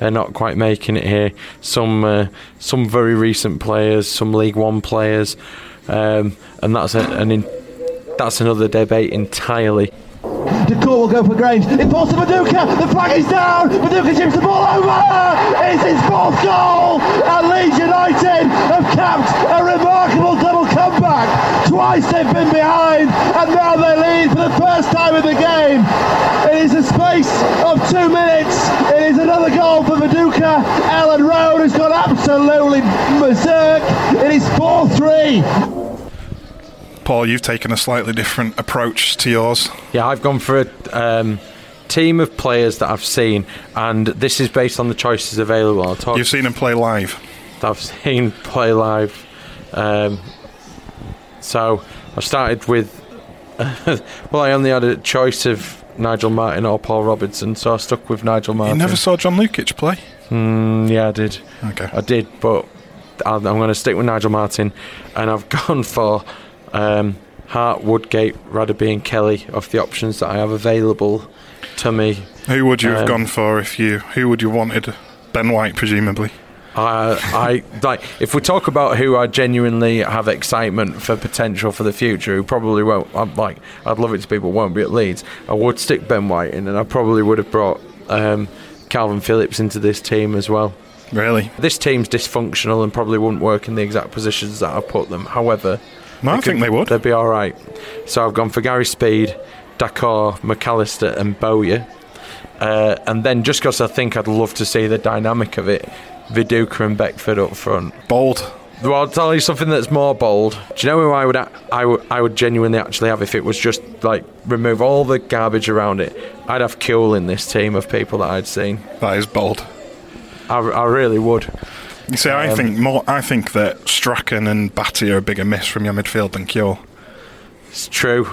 [SPEAKER 4] are, are not quite making it here. Some uh, some very recent players, some League One players, um, and that's a, an in, that's another debate entirely.
[SPEAKER 9] Decour will go for Grange. It falls to Maduka. The flag is down. Maduka chips the ball over. It's his fourth goal. And Leeds United have capped a remarkable double comeback. Twice they've been behind, and now they lead for the first time in the game. It is a space of two minutes. It is another goal for Maduka. Alan Road has gone absolutely berserk. It is 4-3.
[SPEAKER 10] Paul, you've taken a slightly different approach to yours.
[SPEAKER 4] Yeah, I've gone for a um, team of players that I've seen, and this is based on the choices available. I'll talk
[SPEAKER 10] You've seen him play live.
[SPEAKER 4] that I've [laughs] seen play live. Um, so I started with. [laughs] well, I only had a choice of Nigel Martin or Paul Robertson, so I stuck with Nigel
[SPEAKER 10] You
[SPEAKER 4] Martin.
[SPEAKER 10] never saw John Lukic play.
[SPEAKER 4] Mm, yeah, I did.
[SPEAKER 10] Okay.
[SPEAKER 4] I did, but I'm going to stick with Nigel Martin, and I've [laughs] gone for um, Hart, Woodgate, Radaby, and Kelly of the options that I have available to me.
[SPEAKER 10] Who would you have
[SPEAKER 4] Um,
[SPEAKER 10] gone for if you? Who would you wanted? Ben White, presumably.
[SPEAKER 4] Uh, I, I like if we talk about who I genuinely have excitement for potential for the future, who probably won't. I'm like, I'd love it to be, but won't be at Leeds. I would stick Ben White in, and I probably would have brought um, Calvin Phillips into this team as well.
[SPEAKER 10] Really?
[SPEAKER 4] This team's dysfunctional and probably wouldn't work in the exact positions that I put them. However,
[SPEAKER 10] No, I think they would.
[SPEAKER 4] They'd be all right. So I've gone for Gary Speed, Dakar, McAllister, and Bowyer. Uh, and then just because I think I'd love to see the dynamic of it, Viduka and Beckford up front.
[SPEAKER 10] Bold.
[SPEAKER 4] Well, I'll tell you something that's more bold. Do you know who I would, a- I would, I would genuinely actually have if it was just like remove all the garbage around it? I'd have Kuhl in this team of people that I'd seen.
[SPEAKER 10] That is bold.
[SPEAKER 4] I, I really would.
[SPEAKER 10] You see, I
[SPEAKER 4] Um,
[SPEAKER 10] think more. I think that Strachan and Batty are a bigger miss from your midfield than Kjell.
[SPEAKER 4] It's true.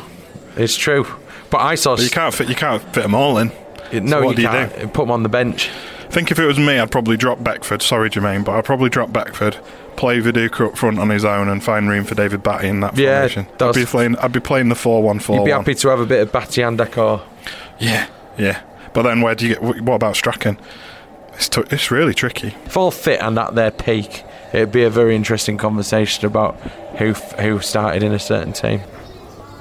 [SPEAKER 4] It's true. But I saw.
[SPEAKER 10] But you can't fit. You can't fit them all in.
[SPEAKER 4] no,
[SPEAKER 10] So what
[SPEAKER 4] you
[SPEAKER 10] do you
[SPEAKER 4] can't. Put them on the bench.
[SPEAKER 10] think if it was me, I'd probably drop Beckford. Sorry, Jermaine, but I'd probably drop Beckford, play Viduka up front on his own, and find room for David Batty in that
[SPEAKER 4] Yeah,
[SPEAKER 10] formation. I'd
[SPEAKER 4] that's-
[SPEAKER 10] be playing. I'd be playing the four-one-four.
[SPEAKER 4] You'd be happy to have a bit of Batty and Dakar.
[SPEAKER 10] Yeah, yeah. But then, where do you get? wh- What about Strachan? It's t- it's really tricky.
[SPEAKER 4] If all fit and at their peak, it'd be a very interesting conversation about who f- who started in a certain team.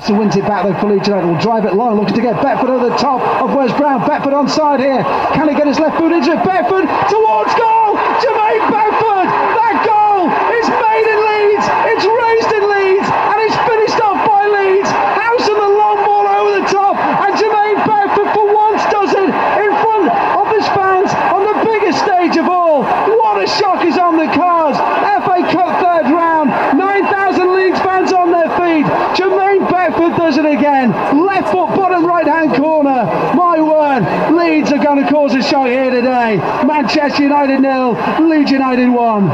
[SPEAKER 7] So wins it back though for Leeds United. Will drive it long, looking to get Beckford over the top of Wes Brown. Beckford onside here. Can he get his left foot into it? Beckford towards goal! Jermaine Beckford! That goal is made in Leeds! It's raised in Leeds! And it's finished off by Leeds! House and the long ball over the top! And Jermaine Beckford for once does it in front of his fans on the biggest stage of all! What a shock is on the cards! FA Cup third round! 9,000 Leeds fans on their feet. Jermaine Beckford does it again. Left foot, bottom right hand corner. My word, Leeds are going to cause a shock here today. Manchester United nil, Leeds United one.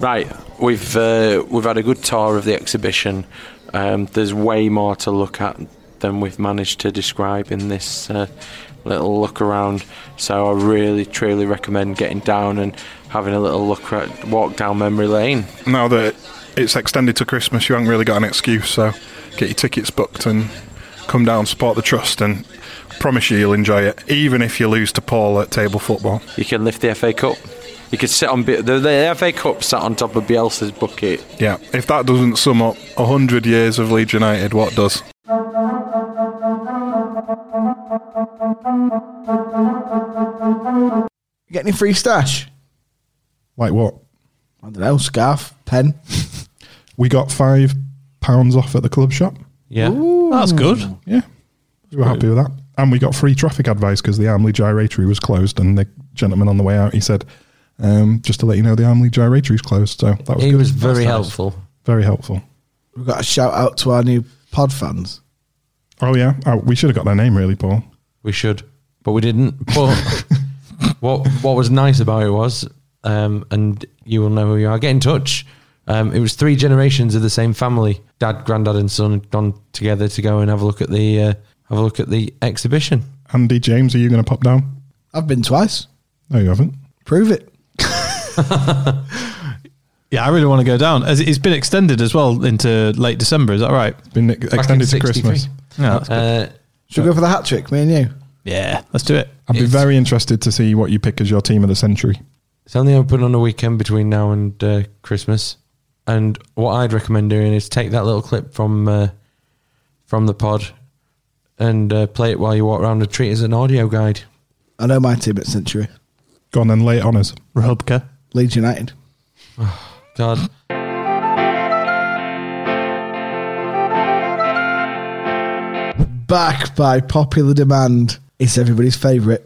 [SPEAKER 4] Right, we've uh, we've had a good tour of the exhibition. Um, there's way more to look at than we've managed to describe in this uh, little look around. So I really, truly recommend getting down and having a little look at walk down memory lane.
[SPEAKER 10] Now that it's extended to Christmas, you haven't really got an excuse. So get your tickets booked and come down, support the trust, and promise you you'll enjoy it, even if you lose to Paul at table football.
[SPEAKER 4] You can lift the FA Cup. You could sit on Bi- the, the FA Cup sat on top of Bielsa's bucket.
[SPEAKER 10] Yeah, if that doesn't sum up hundred years of Leeds United, what does?
[SPEAKER 3] You getting a free stash?
[SPEAKER 5] Like what?
[SPEAKER 3] I don't know, scarf, pen.
[SPEAKER 5] We got five pounds off at the club shop.
[SPEAKER 6] Yeah, that's good.
[SPEAKER 5] Yeah, we were happy with that, and we got free traffic advice because the Armley gyratory was closed, and the gentleman on the way out he said, um, "Just to let you know, the Armley gyratory is closed." So that was
[SPEAKER 11] He
[SPEAKER 5] good.
[SPEAKER 11] was very helpful.
[SPEAKER 5] very helpful.
[SPEAKER 3] We've got a shout out to our new pod fans.
[SPEAKER 5] Oh yeah, oh, we should have got their name really, Paul.
[SPEAKER 11] We should, but we didn't.
[SPEAKER 6] [laughs]
[SPEAKER 11] But what what was nice about it was, um, and you will know who you are. Get in touch. Um, it was three generations of the same family: dad, granddad, and son had gone together to go and have a look at the uh, have a look at the exhibition.
[SPEAKER 5] Andy James, are you going to pop down?
[SPEAKER 3] I've been twice.
[SPEAKER 5] No, you haven't.
[SPEAKER 3] Prove it.
[SPEAKER 6] Yeah, I really want to go down. As it's been extended as well into late December. Is that right?
[SPEAKER 5] Been ex-
[SPEAKER 11] Back
[SPEAKER 5] extended
[SPEAKER 11] in
[SPEAKER 5] to
[SPEAKER 11] 63.
[SPEAKER 5] Christmas.
[SPEAKER 6] Yeah, that's-
[SPEAKER 11] Uh,
[SPEAKER 3] Should we go for the hat trick, me and you?
[SPEAKER 6] yeah. Let's do it.
[SPEAKER 5] I'd be
[SPEAKER 11] It's-
[SPEAKER 5] very interested to see what you pick as your team of the century.
[SPEAKER 11] It's only open on a weekend between now and uh, Christmas. And what I'd recommend doing is take that little clip from uh, from the pod and uh, play it while you walk around and treat it as an audio guide.
[SPEAKER 3] I know my team at Century.
[SPEAKER 5] Go on then, lay it on us.
[SPEAKER 6] Rahubka.
[SPEAKER 3] Leeds United.
[SPEAKER 11] God,
[SPEAKER 3] Back by popular demand. It's everybody's favourite.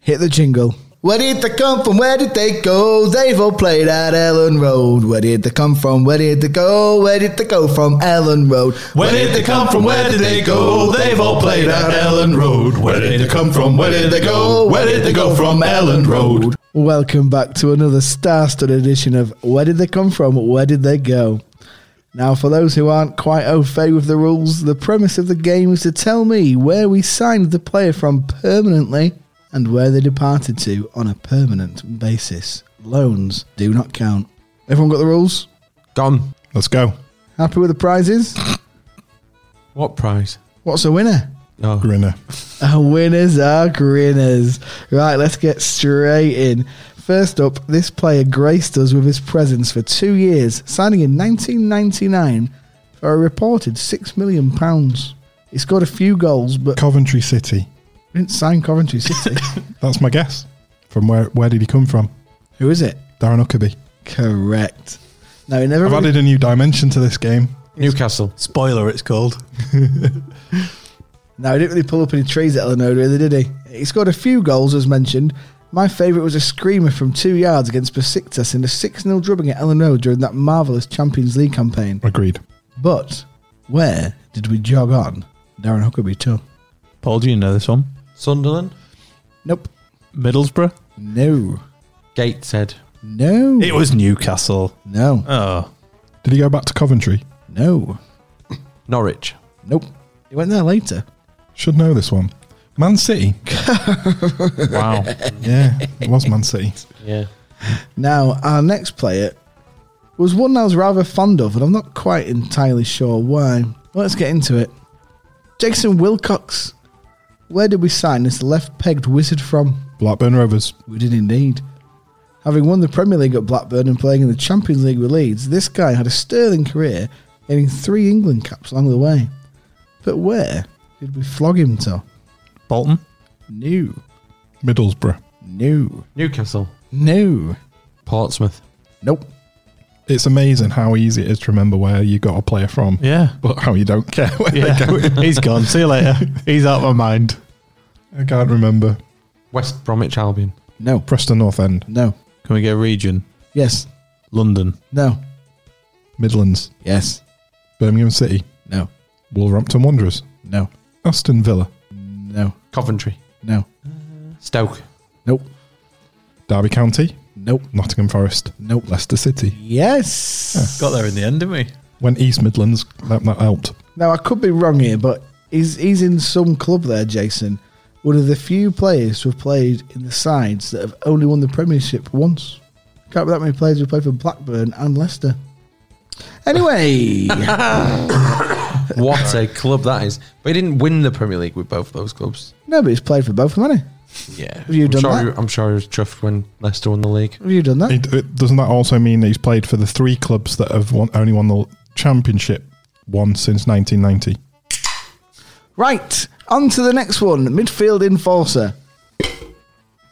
[SPEAKER 3] Hit the jingle. Where did they come from? Where did they go? They've all played at Ellen Road. Where did they come from? Where did they go? Where did they go from Ellen Road?
[SPEAKER 6] Where did they come from? Where did they go? They've all played at Ellen Road. Where did they come from? Where did they go? Where did they go from Ellen Road?
[SPEAKER 3] Welcome back to another star-studded edition of Where Did They Come From? Where Did They Go? Now, for those who aren't quite au fait with the rules, the premise of the game is to tell me where we signed the player from permanently and where they departed to on a permanent basis. Loans do not count. Everyone got the rules?
[SPEAKER 11] Gone.
[SPEAKER 5] Let's go.
[SPEAKER 3] Happy with the prizes?
[SPEAKER 11] What prize?
[SPEAKER 3] What's a winner?
[SPEAKER 11] Oh,
[SPEAKER 5] Grinner.
[SPEAKER 3] Our winners are grinners. Right, let's get straight in. First up, this player graced us with his presence for two years, signing in 1999 for a reported £6 million. He scored a few goals, but
[SPEAKER 5] Coventry City.
[SPEAKER 3] didn't sign Coventry City.
[SPEAKER 5] That's my guess. From where? Where did he come from?
[SPEAKER 3] Who is it?
[SPEAKER 5] Darren Huckabee.
[SPEAKER 3] Correct. No, he never.
[SPEAKER 5] I've
[SPEAKER 3] really-
[SPEAKER 5] added a new dimension to this game.
[SPEAKER 11] Newcastle.
[SPEAKER 6] Spoiler, it's called.
[SPEAKER 3] No, he didn't really pull up any trees at Eleanor, really, did he? He scored a few goals, as mentioned. My favourite was a screamer from two yards against Besiktas in a 6 0 drubbing at Ellen Road during that marvellous Champions League campaign.
[SPEAKER 5] Agreed.
[SPEAKER 3] But where did we jog on? Darren Huckabee, too.
[SPEAKER 6] Paul, do you know this one?
[SPEAKER 11] Sunderland.
[SPEAKER 3] Nope.
[SPEAKER 6] Middlesbrough.
[SPEAKER 3] No.
[SPEAKER 11] Gateshead.
[SPEAKER 3] No.
[SPEAKER 6] It was Newcastle.
[SPEAKER 3] no.
[SPEAKER 6] Oh,
[SPEAKER 5] Did he go back to Coventry?
[SPEAKER 3] No.
[SPEAKER 11] Norwich.
[SPEAKER 3] Nope. He went there later.
[SPEAKER 5] Should know this one. Man City.
[SPEAKER 11] Wow.
[SPEAKER 5] Yeah, it was Man City.
[SPEAKER 11] yeah.
[SPEAKER 3] Now, our next player was one I was rather fond of, and I'm not quite entirely sure why. Let's get into it. Jason Wilcox. Where did we sign this left pegged wizard from?
[SPEAKER 5] Blackburn Rovers.
[SPEAKER 3] We did indeed. Having won the Premier League at Blackburn and playing in the Champions League with Leeds, this guy had a sterling career, getting three England caps along the way. But where did we flog him to?
[SPEAKER 6] [laughs] Bolton.
[SPEAKER 3] No,
[SPEAKER 5] Middlesbrough.
[SPEAKER 3] no,
[SPEAKER 11] Newcastle.
[SPEAKER 3] no,
[SPEAKER 11] Portsmouth.
[SPEAKER 3] nope.
[SPEAKER 5] It's amazing how easy it is to remember where you got a player from,
[SPEAKER 6] Yeah.
[SPEAKER 5] but how you don't care where they go.
[SPEAKER 6] Yeah. He's gone. See you [laughs] later. [laughs] He's out of my mind.
[SPEAKER 5] I can't remember.
[SPEAKER 11] West Bromwich Albion.
[SPEAKER 3] No,
[SPEAKER 5] Preston North End.
[SPEAKER 3] no,
[SPEAKER 6] Can we get a region?
[SPEAKER 3] yes,
[SPEAKER 6] London.
[SPEAKER 3] no,
[SPEAKER 5] Midlands.
[SPEAKER 3] yes,
[SPEAKER 5] Birmingham City.
[SPEAKER 3] no,
[SPEAKER 5] Wolverhampton Wanderers.
[SPEAKER 3] no,
[SPEAKER 5] Aston Villa.
[SPEAKER 3] no,
[SPEAKER 11] Coventry.
[SPEAKER 3] no,
[SPEAKER 11] Stoke.
[SPEAKER 3] nope,
[SPEAKER 5] Derby County.
[SPEAKER 3] nope,
[SPEAKER 5] Nottingham Forest.
[SPEAKER 3] nope.
[SPEAKER 5] Leicester City.
[SPEAKER 3] Yes.
[SPEAKER 6] Got there in the end, didn't we?
[SPEAKER 5] Went East Midlands. That, that helped.
[SPEAKER 3] Now I could be wrong here, but he's he's in some club there, Jason. One of the few players who have played in the sides that have only won the Premiership once. Can't be that many players who played for Blackburn and Leicester. Anyway,
[SPEAKER 11] What a club that is. But he didn't win the Premier League with both those clubs.
[SPEAKER 3] no, but he's played for both, hasn't he?
[SPEAKER 11] Yeah. Have
[SPEAKER 3] you
[SPEAKER 11] I'm
[SPEAKER 3] done
[SPEAKER 11] sure
[SPEAKER 3] that?
[SPEAKER 11] He, I'm sure he was chuffed when Leicester won the league.
[SPEAKER 3] Have you done that?
[SPEAKER 5] It, it- doesn't that also mean that he's played for the three clubs that have won, only won the championship one since 1990?
[SPEAKER 3] Right, on to the next one. Midfield enforcer.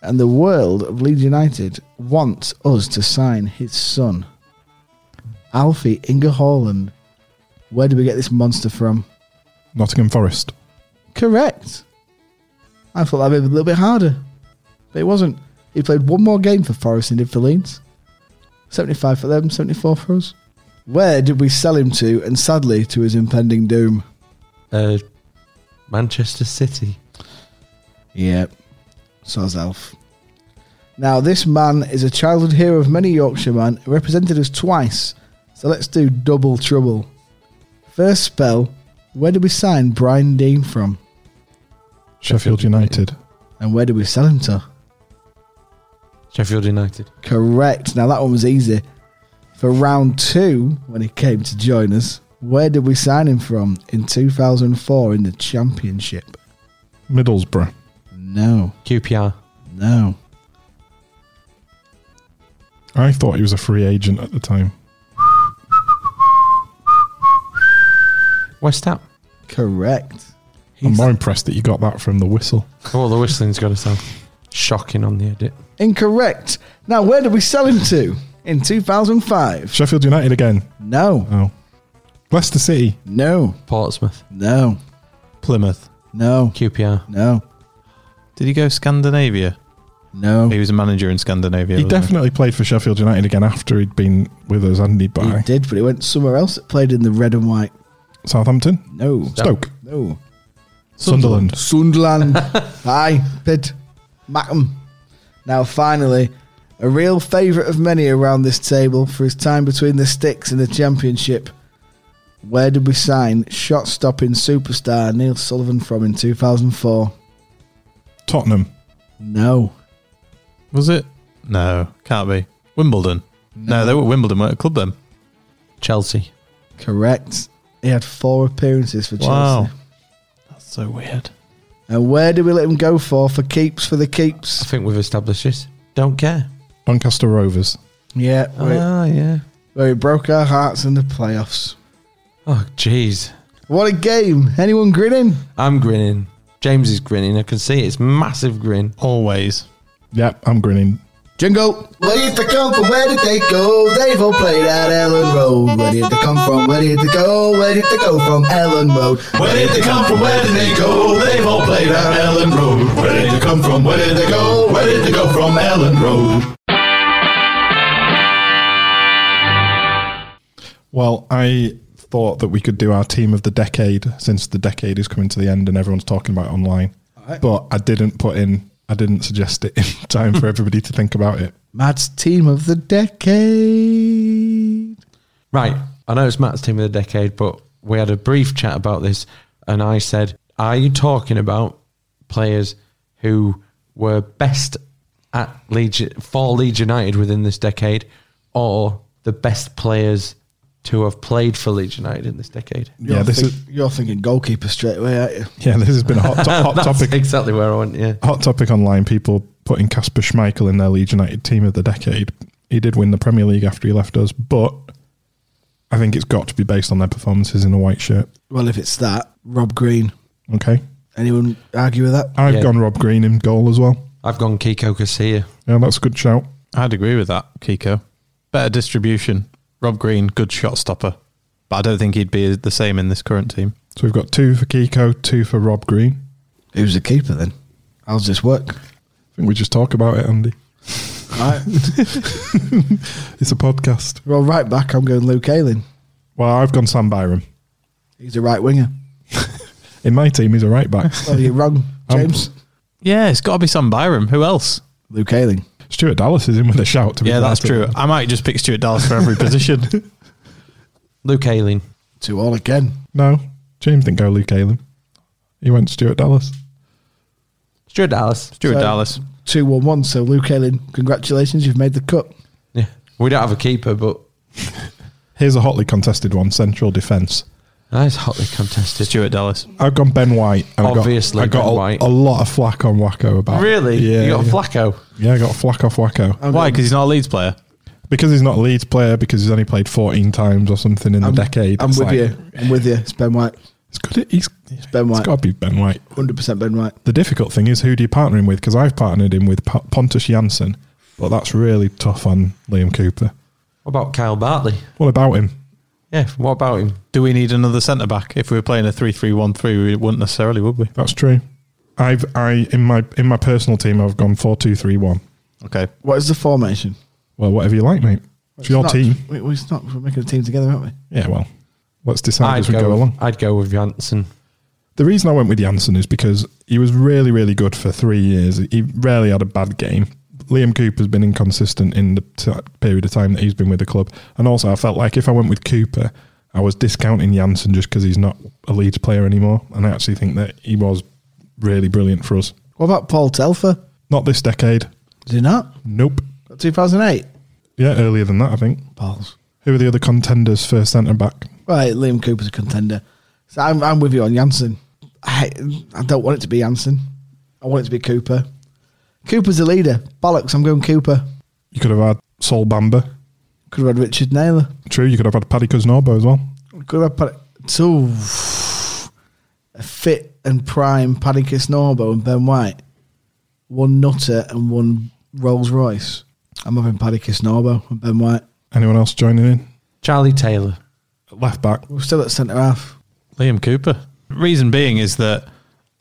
[SPEAKER 3] And the world of Leeds United wants us to sign his son, Alfie Inga Haaland. Where do we get this monster from?
[SPEAKER 5] Nottingham Forest.
[SPEAKER 3] Correct. I thought that'd be a little bit harder, but it wasn't. He played one more game for Forest than he did for Leeds. 75 for them, 74 for us. Where did we sell him to, and sadly to his impending doom?
[SPEAKER 11] Uh, Manchester City.
[SPEAKER 3] Yep. Soz Elf. Now, this man is a childhood hero of many Yorkshireman, who represented us twice, so let's do double trouble. First spell, where did we sign Brian Dean from?
[SPEAKER 5] Sheffield United.
[SPEAKER 3] And where did we sell him to?
[SPEAKER 11] Sheffield United.
[SPEAKER 3] Correct. Now, that one was easy. For round two, when he came to join us, where did we sign him from in 2004 in the Championship?
[SPEAKER 5] Middlesbrough.
[SPEAKER 3] No,
[SPEAKER 11] QPR.
[SPEAKER 3] no.
[SPEAKER 5] I thought he was a free agent at the time.
[SPEAKER 11] West Ham.
[SPEAKER 3] Correct.
[SPEAKER 5] I'm more impressed that you got that from the whistle.
[SPEAKER 11] Oh, the whistling's got to sound shocking on the edit.
[SPEAKER 3] Incorrect. Now, where did we sell him to? In 2005.
[SPEAKER 5] Sheffield United again.
[SPEAKER 3] No,
[SPEAKER 5] Oh. Leicester City.
[SPEAKER 3] no,
[SPEAKER 11] Portsmouth.
[SPEAKER 3] no,
[SPEAKER 6] Plymouth.
[SPEAKER 3] no,
[SPEAKER 11] QPR.
[SPEAKER 3] no.
[SPEAKER 6] Did he go Scandinavia?
[SPEAKER 3] No.
[SPEAKER 6] He was a manager in Scandinavia.
[SPEAKER 5] He
[SPEAKER 6] wasn't
[SPEAKER 5] definitely played for Sheffield United again after he'd been with us, hadn't he?
[SPEAKER 3] He
[SPEAKER 5] By
[SPEAKER 3] did, but he went somewhere else that played in the red and white.
[SPEAKER 5] Southampton,
[SPEAKER 3] No.
[SPEAKER 5] Stoke,
[SPEAKER 3] No.
[SPEAKER 5] Sunderland.
[SPEAKER 3] Sunderland. Aye. Pid. Mackham. Now, finally, a real favourite of many around this table for his time between the sticks in the Championship. Where did we sign shot stopping superstar Neil Sullivan from in 2004?
[SPEAKER 5] Tottenham.
[SPEAKER 3] No.
[SPEAKER 6] Was it? No, can't be. Wimbledon. No, they were at Wimbledon. Weren't at club then.
[SPEAKER 11] Chelsea.
[SPEAKER 3] Correct. He had four appearances for Chelsea.
[SPEAKER 6] Wow, that's so weird.
[SPEAKER 3] And where do we let him go for? For keeps, for the
[SPEAKER 11] I
[SPEAKER 3] keeps.
[SPEAKER 11] think we've established this. Don't care.
[SPEAKER 5] Doncaster Rovers.
[SPEAKER 3] Yeah, where,
[SPEAKER 11] Ah, yeah.
[SPEAKER 3] where he broke our hearts in the playoffs.
[SPEAKER 11] Oh, jeez.
[SPEAKER 3] What a game! Anyone grinning?
[SPEAKER 11] I'm grinning. James is grinning. I can see it. it's massive grin.
[SPEAKER 6] Oh. Always.
[SPEAKER 5] Yep, I'm grinning.
[SPEAKER 3] Jingle. Where did they come from? Where did they go? They've all played at Ellen Road. Where did they come from? Where did they go? Where did they go from Ellen Road?
[SPEAKER 12] Where did they come from? Where did they go? They've all played on Ellen Road. Where did they come from? Where did they go? Where did they go from Ellen Road?
[SPEAKER 5] Well, I thought that we could do our team of the decade since the decade is coming to the end and everyone's talking about it online. But I didn't put in, I didn't suggest it in [laughs] time for everybody to think about it.
[SPEAKER 3] Matt's team of the decade.
[SPEAKER 11] Right. I know it's Matt's team of the decade, but we had a brief chat about this, and I said, "Are you talking about players who were best at Legion for Leeds United within this decade, or the best players to have played for Leeds United in this decade?"
[SPEAKER 5] Yeah, this
[SPEAKER 3] think-
[SPEAKER 5] is
[SPEAKER 3] you're thinking goalkeeper straight away, aren't you?
[SPEAKER 5] yeah, this has been a hot, to- hot
[SPEAKER 11] That's
[SPEAKER 5] topic.
[SPEAKER 11] exactly where I went. Yeah.
[SPEAKER 5] hot topic online. People putting Casper Schmeichel in their Leeds United team of the decade. He did win the Premier League after he left us, but I think it's got to be based on their performances in a white shirt.
[SPEAKER 3] Well, if it's that, Rob Green.
[SPEAKER 5] Okay,
[SPEAKER 3] Anyone argue with that?
[SPEAKER 5] I've
[SPEAKER 11] Yeah.
[SPEAKER 5] gone Rob Green in goal as well.
[SPEAKER 11] I've gone Kiko Casilla.
[SPEAKER 5] Yeah, that's a good shout.
[SPEAKER 6] I'd agree with that, Kiko. Better distribution. Rob Green, good shot stopper. But I don't think he'd be the same in this current team.
[SPEAKER 5] So we've got two for Kiko, two for Rob Green.
[SPEAKER 3] Who's the keeper then? How's this work?
[SPEAKER 5] I think we just talk about it, Andy.
[SPEAKER 3] Right. [laughs]
[SPEAKER 5] It's a podcast.
[SPEAKER 3] well, right back, I'm going Luke Ayling.
[SPEAKER 5] Well, I've gone Sam Byram.
[SPEAKER 3] He's a right winger.
[SPEAKER 5] In my team, he's a right back.
[SPEAKER 3] Oh, you're wrong, [laughs]
[SPEAKER 5] Um,
[SPEAKER 3] James.
[SPEAKER 6] Yeah, it's got to be Sam Byram. Who else?
[SPEAKER 3] Luke Ayling.
[SPEAKER 5] Stuart Dallas is in with a shout. To be
[SPEAKER 6] Yeah,
[SPEAKER 5] fair
[SPEAKER 6] that's
[SPEAKER 5] to
[SPEAKER 6] true.
[SPEAKER 5] him.
[SPEAKER 6] I might just pick Stuart Dallas for [laughs] every position.
[SPEAKER 11] Luke Ayling.
[SPEAKER 3] Two all again.
[SPEAKER 5] No, James didn't go Luke Ayling. He went Stuart Dallas.
[SPEAKER 11] Stuart Dallas.
[SPEAKER 6] Stuart
[SPEAKER 3] So-
[SPEAKER 6] Dallas.
[SPEAKER 3] Two one one. So Luke Ayling, congratulations, you've made the cut.
[SPEAKER 11] Yeah. We don't have a keeper, but
[SPEAKER 5] Here's a hotly contested one: central defence.
[SPEAKER 11] that is Ah, hotly contested.
[SPEAKER 6] Stuart Dallas.
[SPEAKER 5] I've gone Ben White. and I got-
[SPEAKER 11] Obviously
[SPEAKER 5] I got,
[SPEAKER 11] Ben
[SPEAKER 5] a,
[SPEAKER 11] White.
[SPEAKER 5] a lot of flack on Wacko about.
[SPEAKER 11] Really?
[SPEAKER 5] Yeah,
[SPEAKER 11] you got
[SPEAKER 5] yeah.
[SPEAKER 11] Flacco.
[SPEAKER 5] Yeah, I got flack off Wacko
[SPEAKER 6] Why? Because he's not a Leeds player.
[SPEAKER 5] because he's not a Leeds player because he's only played 14 times or something in
[SPEAKER 3] I'm-
[SPEAKER 5] a decade.
[SPEAKER 3] I'm
[SPEAKER 5] It's
[SPEAKER 3] with
[SPEAKER 5] like-
[SPEAKER 3] you. I'm with you. It's Ben White.
[SPEAKER 5] It's good. He's it's
[SPEAKER 3] Ben White.
[SPEAKER 5] got to be Ben White.
[SPEAKER 3] Hundred percent Ben White.
[SPEAKER 5] The difficult thing is who do you partner him with? Because I've partnered him with P- Pontus Janssen, but that's really tough on Liam Cooper.
[SPEAKER 11] What about Kyle Bartley?
[SPEAKER 5] What about him?
[SPEAKER 11] Yeah, what about him?
[SPEAKER 6] Do we need another centre back? If we were playing a 3 3 1 3, we wouldn't necessarily, would we?
[SPEAKER 5] That's true. I've I in my in my personal team I've gone four two three one.
[SPEAKER 6] Okay.
[SPEAKER 3] What is the formation?
[SPEAKER 5] Well, whatever you like, mate. It's your
[SPEAKER 3] not,
[SPEAKER 5] team.
[SPEAKER 3] We, we're not we're making a team together, aren't we?
[SPEAKER 5] Yeah, well, let's decide as we go
[SPEAKER 11] with,
[SPEAKER 5] along.
[SPEAKER 11] I'd go with Janssen.
[SPEAKER 5] The reason I went with Janssen is because he was really, really good for three years. He rarely had a bad game. Liam Cooper's been inconsistent in the t- period of time that he's been with the club. And also, I felt like if I went with Cooper, I was discounting Janssen just because he's not a Leeds player anymore. And I actually think that he was really brilliant for us.
[SPEAKER 3] What about Paul Telfer?
[SPEAKER 5] Not this decade.
[SPEAKER 3] Is he not?
[SPEAKER 5] Nope.
[SPEAKER 3] Two thousand eight.
[SPEAKER 5] Yeah, earlier than that, I think.
[SPEAKER 3] Paul's.
[SPEAKER 5] Who are the other contenders for centre back?
[SPEAKER 3] Right, Liam Cooper's a contender. So I'm, I'm with you on Janssen. I, I don't want it to be Janssen. I want it to be Cooper. Cooper's a leader. Bollocks, I'm going Cooper.
[SPEAKER 5] You could have had Sol Bamba.
[SPEAKER 3] Could have had Richard Naylor.
[SPEAKER 5] True, you could have had Paddy Cuznorbo as well.
[SPEAKER 3] Could have had Paddy, so a fit and prime Paddy Kisnorbo and Ben White. One Nutter and one Rolls Royce. I'm having Paddy Kisnorbo and Ben White.
[SPEAKER 5] Anyone else joining in?
[SPEAKER 11] Charlie Taylor.
[SPEAKER 5] Left back.
[SPEAKER 3] We're still at centre half.
[SPEAKER 6] Liam Cooper. Reason being is that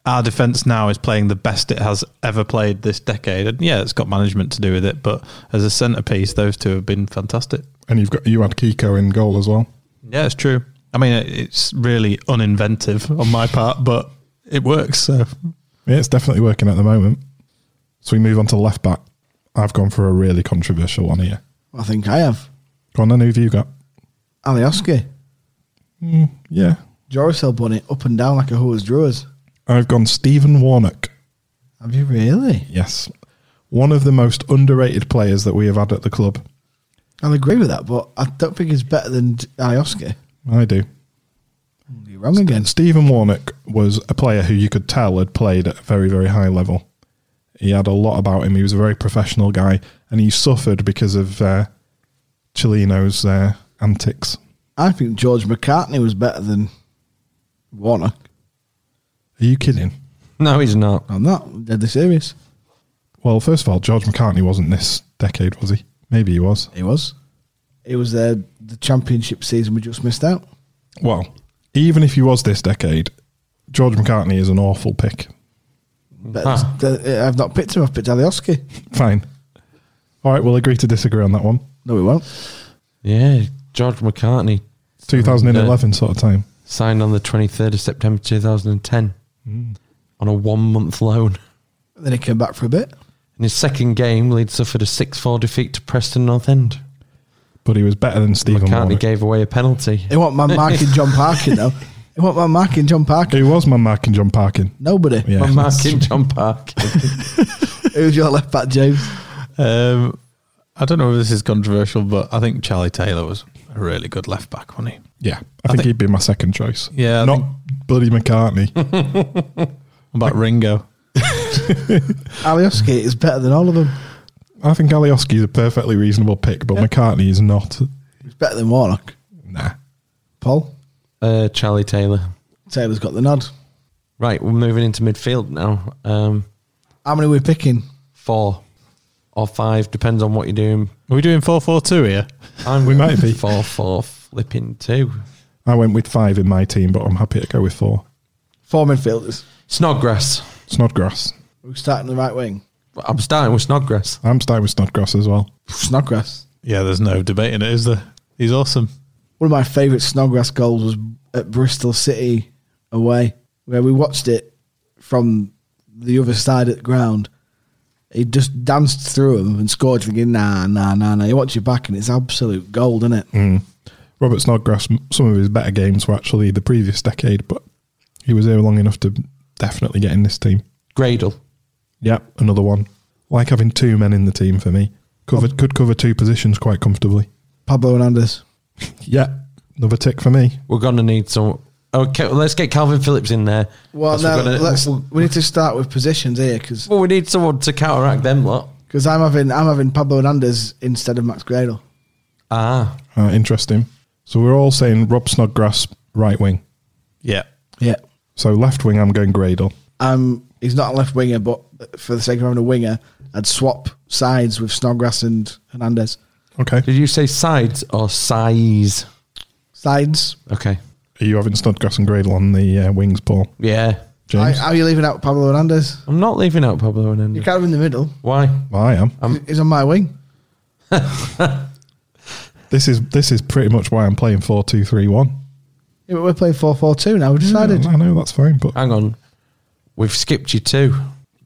[SPEAKER 6] our defence now is playing the best it has ever played this decade. And yeah, it's got management to do with it, but as a centrepiece, those two have been fantastic.
[SPEAKER 5] And you've got you had Kiko in goal as well.
[SPEAKER 6] Yeah, it's true. I mean, it- it's really uninventive on my part, but it works. So
[SPEAKER 5] Yeah, it's definitely working at the moment. So we move on to left back. I've gone for a really controversial one here.
[SPEAKER 3] I think I have.
[SPEAKER 5] Go on then, who've you got?
[SPEAKER 3] Alioski.
[SPEAKER 5] Yeah.
[SPEAKER 3] Jorisel Bunny up and down like a who's drawers.
[SPEAKER 5] I've gone Stephen Warnock.
[SPEAKER 3] Have you really?
[SPEAKER 5] Yes. One of the most underrated players that we have had at the club.
[SPEAKER 3] I'll agree with that, but I don't think he's better than Alioski.
[SPEAKER 5] I do.
[SPEAKER 3] You're wrong again.
[SPEAKER 5] Stephen Warnock was a player who you could tell had played at a very, very high level. He had a lot about him. He was a very professional guy, and he suffered because of uh, Chilino's uh, antics.
[SPEAKER 3] I think George McCartney was better than Warnock.
[SPEAKER 5] Are you kidding?
[SPEAKER 11] No, he's not.
[SPEAKER 3] I'm not deadly serious.
[SPEAKER 5] Well, first of all, George McCartney wasn't this decade, was he? Maybe he was.
[SPEAKER 3] He was. It was uh, the championship season we just missed out.
[SPEAKER 5] Well, even if he was this decade, George McCartney is an awful pick.
[SPEAKER 3] But uh, I've not picked him. I've picked Alioski.
[SPEAKER 5] Fine. All right, we'll agree to disagree on that one.
[SPEAKER 3] [laughs] No, we won't.
[SPEAKER 11] Yeah, George McCartney
[SPEAKER 5] 2011 sort of time.
[SPEAKER 11] signed on the 23rd of September 2010 on a one month loan.
[SPEAKER 3] Then he came back for a bit.
[SPEAKER 11] In his second game, Leeds suffered a 6 4 defeat to Preston North End.
[SPEAKER 5] But he was better than Stephen
[SPEAKER 11] McCartney
[SPEAKER 5] Warnock.
[SPEAKER 11] gave away a
[SPEAKER 5] [laughs]
[SPEAKER 11] penalty.
[SPEAKER 5] Oh,
[SPEAKER 3] He want man marking John Parkin though. He want man marking John Parkin.
[SPEAKER 5] Who was man marking John Parkin?
[SPEAKER 3] Nobody.
[SPEAKER 5] Yeah.
[SPEAKER 11] By marking John
[SPEAKER 5] [laughs]
[SPEAKER 11] Park.
[SPEAKER 3] Who's your left back, James?
[SPEAKER 6] um, I don't know if this is controversial, but I think Charlie Taylor was a really good left back, wasn't he?
[SPEAKER 5] Yeah, I, think,
[SPEAKER 6] think-
[SPEAKER 5] he'd be my second choice.
[SPEAKER 6] Yeah, I
[SPEAKER 5] not
[SPEAKER 6] think-
[SPEAKER 5] bloody McCartney.
[SPEAKER 6] What about Ringo?
[SPEAKER 3] Alioski is better than all of them.
[SPEAKER 5] I think Alioski is a perfectly reasonable pick, but McCartney is not.
[SPEAKER 3] He's better than Warnock.
[SPEAKER 5] Nah,
[SPEAKER 3] Paul
[SPEAKER 11] uh, Charlie Taylor.
[SPEAKER 3] Taylor's got the nod.
[SPEAKER 11] Right, we're moving into midfield now. Um,
[SPEAKER 3] How many are we picking?
[SPEAKER 11] four or five, depends on what you're doing.
[SPEAKER 6] Are we doing 4 4 2 here?
[SPEAKER 11] I'm
[SPEAKER 5] We might be.
[SPEAKER 11] Four, four, flipping two.
[SPEAKER 5] I went with five in my team, but I'm happy to go with four.
[SPEAKER 3] Four midfielders.
[SPEAKER 11] Snodgrass.
[SPEAKER 5] Snodgrass.
[SPEAKER 3] We're starting the right wing.
[SPEAKER 11] I'm starting with Snodgrass.
[SPEAKER 5] I'm starting with Snodgrass as well.
[SPEAKER 3] Snodgrass.
[SPEAKER 6] Yeah, there's no debating it, is there? He's awesome.
[SPEAKER 3] One of my favourite Snodgrass goals was at Bristol City away, where we watched it from the other side of the ground. He just danced through him and scored, thinking, nah, nah, nah, nah. You watch it back and it's absolute gold, isn't it?
[SPEAKER 11] Hmm.
[SPEAKER 5] Robert Snodgrass. m- Some of his better games were actually the previous decade, but he was here long enough to definitely get in this team.
[SPEAKER 11] Gradle.
[SPEAKER 5] Yep, another one. Like having two men in the team for me. Covered could cover two positions quite comfortably.
[SPEAKER 3] Pablo Hernandez.
[SPEAKER 5] Yeah, another tick for me.
[SPEAKER 11] We're going to need some. Okay, well, let's get Calvin Phillips in there.
[SPEAKER 3] Well,
[SPEAKER 11] That's- we're
[SPEAKER 3] no,
[SPEAKER 11] gonna-
[SPEAKER 3] let's, we need to start with positions here because
[SPEAKER 11] Well, we need someone to counteract them lot.
[SPEAKER 3] Because I'm having I'm having Pablo Hernandez instead of Max Gradle.
[SPEAKER 11] Ah,
[SPEAKER 5] Uh, interesting. So we're all saying Rob Snodgrass, right wing.
[SPEAKER 6] Yeah.
[SPEAKER 3] Yeah,
[SPEAKER 5] So left wing, I'm going Gradle.
[SPEAKER 3] um, he's not a left winger, but for the sake of having a winger, I'd swap sides with Snodgrass and Hernandez.
[SPEAKER 5] Okay.
[SPEAKER 11] did you say sides or size?
[SPEAKER 3] Sides.
[SPEAKER 11] Okay.
[SPEAKER 5] Are you having Snodgrass and Gradle on the uh, wings, Paul?
[SPEAKER 11] Yeah.
[SPEAKER 5] James?
[SPEAKER 3] How- how are you leaving out Pablo Hernandez?
[SPEAKER 11] I'm not leaving out Pablo
[SPEAKER 3] You
[SPEAKER 11] Hernandez.
[SPEAKER 3] can't have him in the middle.
[SPEAKER 11] Why?
[SPEAKER 5] Well, I am.
[SPEAKER 3] he's on my wing.
[SPEAKER 5] This is this is pretty much why I'm playing four two three one.
[SPEAKER 3] Yeah, but we're playing four four two now. We've
[SPEAKER 5] I
[SPEAKER 3] decided.
[SPEAKER 5] know that's fine, but
[SPEAKER 11] Hang on. We've skipped you too.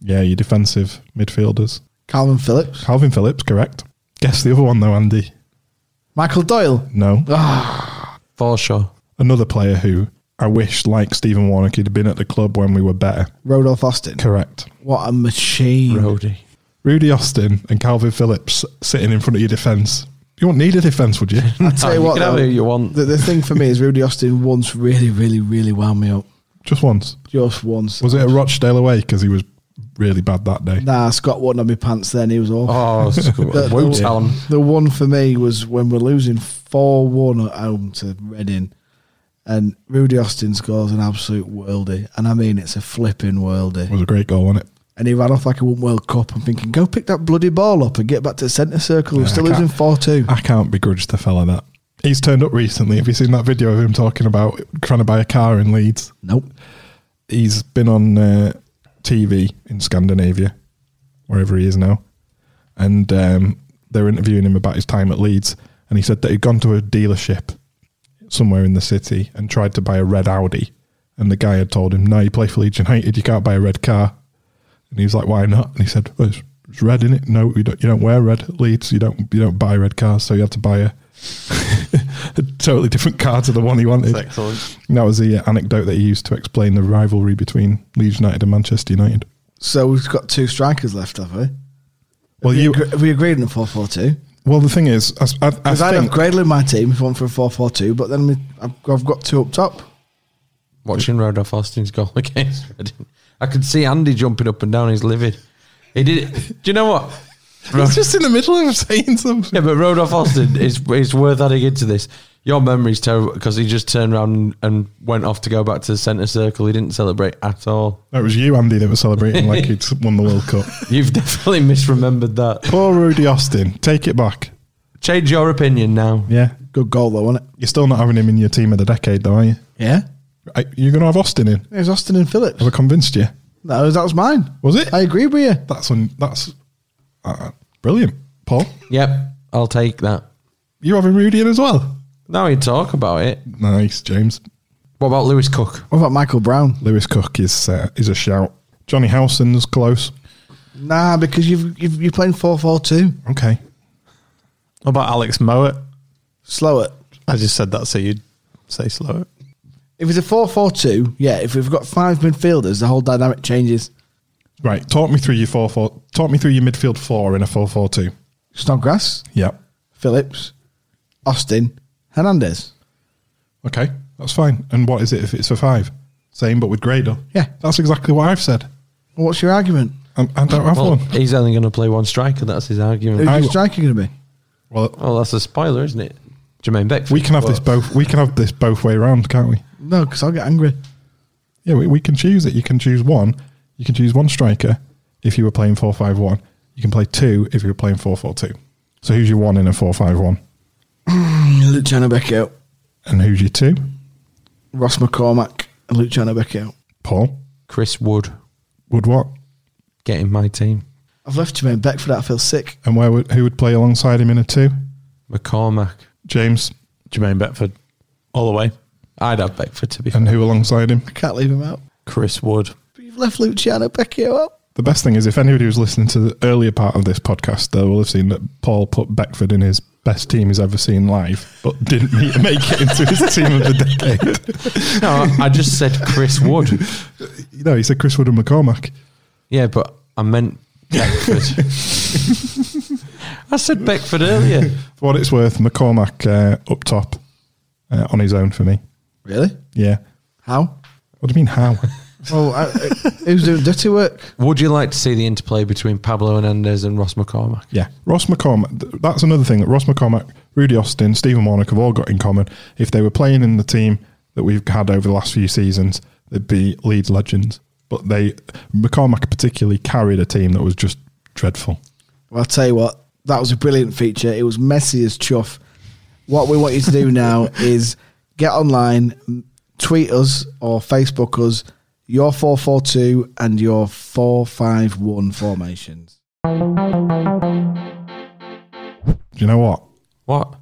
[SPEAKER 5] yeah, your defensive midfielders.
[SPEAKER 3] Calvin Phillips,
[SPEAKER 5] Calvin Phillips, correct. Guess the other one though, Andy.
[SPEAKER 3] Michael Doyle.
[SPEAKER 5] No.
[SPEAKER 11] For sure.
[SPEAKER 5] Another player who I wish, like Stephen Warnock, he'd have been at the club when we were better.
[SPEAKER 3] Rodolph Austin.
[SPEAKER 5] Correct.
[SPEAKER 3] What a
[SPEAKER 5] Mm.
[SPEAKER 3] machine.
[SPEAKER 11] Brody.
[SPEAKER 5] Rudy Austin and Calvin Phillips sitting in front of your defence. You won't need a defence, would you?
[SPEAKER 3] I tell you
[SPEAKER 11] You
[SPEAKER 3] what,
[SPEAKER 11] can have
[SPEAKER 3] though,
[SPEAKER 11] who you want.
[SPEAKER 3] the, the thing for me is Rudy Austin once really, really, really wound me up.
[SPEAKER 5] Just once.
[SPEAKER 3] Just once.
[SPEAKER 5] Was it a Rochdale away? Because he was really bad that day.
[SPEAKER 3] Nah, Scott wasn't on my pants then. He was awful. [laughs]
[SPEAKER 11] Oh,
[SPEAKER 3] The- the-
[SPEAKER 11] Woot on.
[SPEAKER 3] The one for me was when we're losing 4 1 at home to Reading, and Rudy Austin scores an absolute worldie. And I mean, it's a flipping
[SPEAKER 5] It
[SPEAKER 3] worldie.
[SPEAKER 5] was a great goal, wasn't it?
[SPEAKER 3] And he ran off like he won World Cup. I'm thinking, go pick that bloody ball up and get back to the centre circle. We're
[SPEAKER 5] Yeah,
[SPEAKER 3] still
[SPEAKER 5] I
[SPEAKER 3] losing
[SPEAKER 5] can't- Ah.
[SPEAKER 3] 4 2.
[SPEAKER 5] I can't begrudge the fella that. He's turned up recently. Have you seen that video of him talking about trying to buy a car in Leeds?
[SPEAKER 3] Nope.
[SPEAKER 5] he's been on uh, TV in Scandinavia, wherever he is now, and um, they're interviewing him about his time at Leeds, and he said that he'd gone to a dealership somewhere in the city and tried to buy a red Audi, and the guy had told him, "No, you play for Leeds United, you can't buy a red car." And he was like, "Why not?" And he said, well, it's, "It's red in it. No, you don't. You don't wear red at Leeds. You don't. You don't buy red cars. So you had to buy a, [laughs] a totally different car to the one he wanted."
[SPEAKER 6] That's excellent.
[SPEAKER 5] And that was the uh, anecdote that he used to explain the rivalry between Leeds United and Manchester United.
[SPEAKER 3] So we've got two strikers left, have we?
[SPEAKER 5] Well,
[SPEAKER 3] Have we
[SPEAKER 5] you.
[SPEAKER 3] agree- have we agreed on a four four two.
[SPEAKER 5] Well, the thing is, I, I, I
[SPEAKER 3] Because I'd have
[SPEAKER 5] think
[SPEAKER 3] Gradle in my team if one for a four four two, but then we, I've, I've got two up top.
[SPEAKER 4] watching Rodolph Austin's goal against Reading. [laughs] I could see Andy jumping up and down. He's livid. He did. Do you know what?
[SPEAKER 5] he's just in the middle of saying something.
[SPEAKER 4] Yeah, but Rodolph Austin is is worth adding into this. Your memory's terrible because he just turned around and went off to go back to the centre circle. He didn't celebrate at all.
[SPEAKER 5] That was you, Andy, that was celebrating like he'd won the World Cup.
[SPEAKER 4] You've [laughs] definitely misremembered that.
[SPEAKER 5] Poor Rudy Austin. Take it back.
[SPEAKER 4] Change your opinion now.
[SPEAKER 5] Yeah.
[SPEAKER 3] Good goal though, wasn't it?
[SPEAKER 5] You're still not having him in your team of the decade, though, are you?
[SPEAKER 3] Yeah.
[SPEAKER 5] Are- You're going to have Austin in.
[SPEAKER 3] It was Austin and Phillips.
[SPEAKER 5] Have I convinced you?
[SPEAKER 3] No, that was mine.
[SPEAKER 5] Was it?
[SPEAKER 3] I agree with you.
[SPEAKER 5] That's un- that's uh, brilliant. Paul,
[SPEAKER 4] Yep, I'll take that.
[SPEAKER 5] you having Rudy in as well?
[SPEAKER 4] Now you talk about it.
[SPEAKER 5] Nice, James.
[SPEAKER 4] What about Lewis Cook?
[SPEAKER 3] What about Michael Brown?
[SPEAKER 5] Lewis Cook is uh, is a shout. Johnny Howson's close.
[SPEAKER 3] Nah, because you've, you've you're playing four four two.
[SPEAKER 5] Okay.
[SPEAKER 6] What about Alex Mowat?
[SPEAKER 3] Slow it.
[SPEAKER 6] I just said that so you'd say slow it.
[SPEAKER 3] If it's a four four two, yeah. If we've got five midfielders, the whole dynamic changes.
[SPEAKER 5] Right. Talk me through your four four. Talk me through your midfield four in a four four two.
[SPEAKER 3] Snodgrass,
[SPEAKER 5] Yeah.
[SPEAKER 3] Phillips, Austin, Hernandez.
[SPEAKER 5] Okay, that's fine. And what is it if it's a five? Same, but with Grader.
[SPEAKER 3] Yeah.
[SPEAKER 5] that's exactly what I've said.
[SPEAKER 3] Well, What's your argument?
[SPEAKER 5] I, I don't have
[SPEAKER 4] Well,
[SPEAKER 5] one.
[SPEAKER 4] he's only going to play one striker. That's his
[SPEAKER 3] Who's
[SPEAKER 4] argument.
[SPEAKER 5] I-
[SPEAKER 3] your striker going to be?
[SPEAKER 5] Well,
[SPEAKER 4] Well, that's a spoiler, isn't it? Jermaine Beckford.
[SPEAKER 5] we can have this both. We can have this both way around, can't we?
[SPEAKER 3] No, because I'll get angry.
[SPEAKER 5] Yeah, we, we can choose it. You can choose one. You can choose one striker if you were playing four five one. You can play two if you were playing four four two. So who's your one in a four five one,
[SPEAKER 3] Luciano Becchio,
[SPEAKER 5] and who's your two?
[SPEAKER 3] Ross McCormack, and Luciano Becchio.
[SPEAKER 5] Paul
[SPEAKER 4] Chris Wood
[SPEAKER 5] would what?
[SPEAKER 4] getting my team.
[SPEAKER 3] I've left Jermaine Beckford out. I feel sick.
[SPEAKER 5] And where would who would play alongside him in a two?
[SPEAKER 4] McCormack.
[SPEAKER 5] James
[SPEAKER 6] Jermaine Beckford, all the way.
[SPEAKER 4] I'd have Beckford to be fair.
[SPEAKER 5] and who alongside him?
[SPEAKER 3] Can't leave him out.
[SPEAKER 6] Chris Wood.
[SPEAKER 3] But you've left Luciano Becchio out.
[SPEAKER 5] The best thing is if anybody was listening to the earlier part of this podcast, they will have seen that Paul put Beckford in his best team he's ever seen live, but didn't [laughs] meet, make it into his team of the
[SPEAKER 4] No, I- I just said Chris
[SPEAKER 6] [laughs]
[SPEAKER 4] Wood.
[SPEAKER 5] decade. You know, he said Chris Wood and McCormack.
[SPEAKER 4] Yeah, but I meant
[SPEAKER 6] [laughs]
[SPEAKER 4] Beckford. I said Beckford earlier.
[SPEAKER 5] For what it's worth, McCormack uh, up top uh, on his own for me.
[SPEAKER 3] Really?
[SPEAKER 5] Yeah.
[SPEAKER 3] [laughs] How?
[SPEAKER 5] What do you mean how?
[SPEAKER 3] Well, I, I- who's doing dirty work?
[SPEAKER 4] Would you like to see the interplay between Pablo Hernandez and Ross McCormack?
[SPEAKER 5] yeah, Ross McCormack. th- That's another thing that Ross McCormack, Rudy Austin, Stephen Warnock have all got in common. If they were playing in the team that we've had over the last few seasons, they'd be Leeds legends. But they McCormack particularly carried a team that was just dreadful.
[SPEAKER 3] Well, I'll tell you what, that was a brilliant feature. It was messy as chuff. What we want you to do [laughs] now is get online, m- tweet us or Facebook us your 442 and your 451 formations.
[SPEAKER 5] Do you know what?
[SPEAKER 4] What?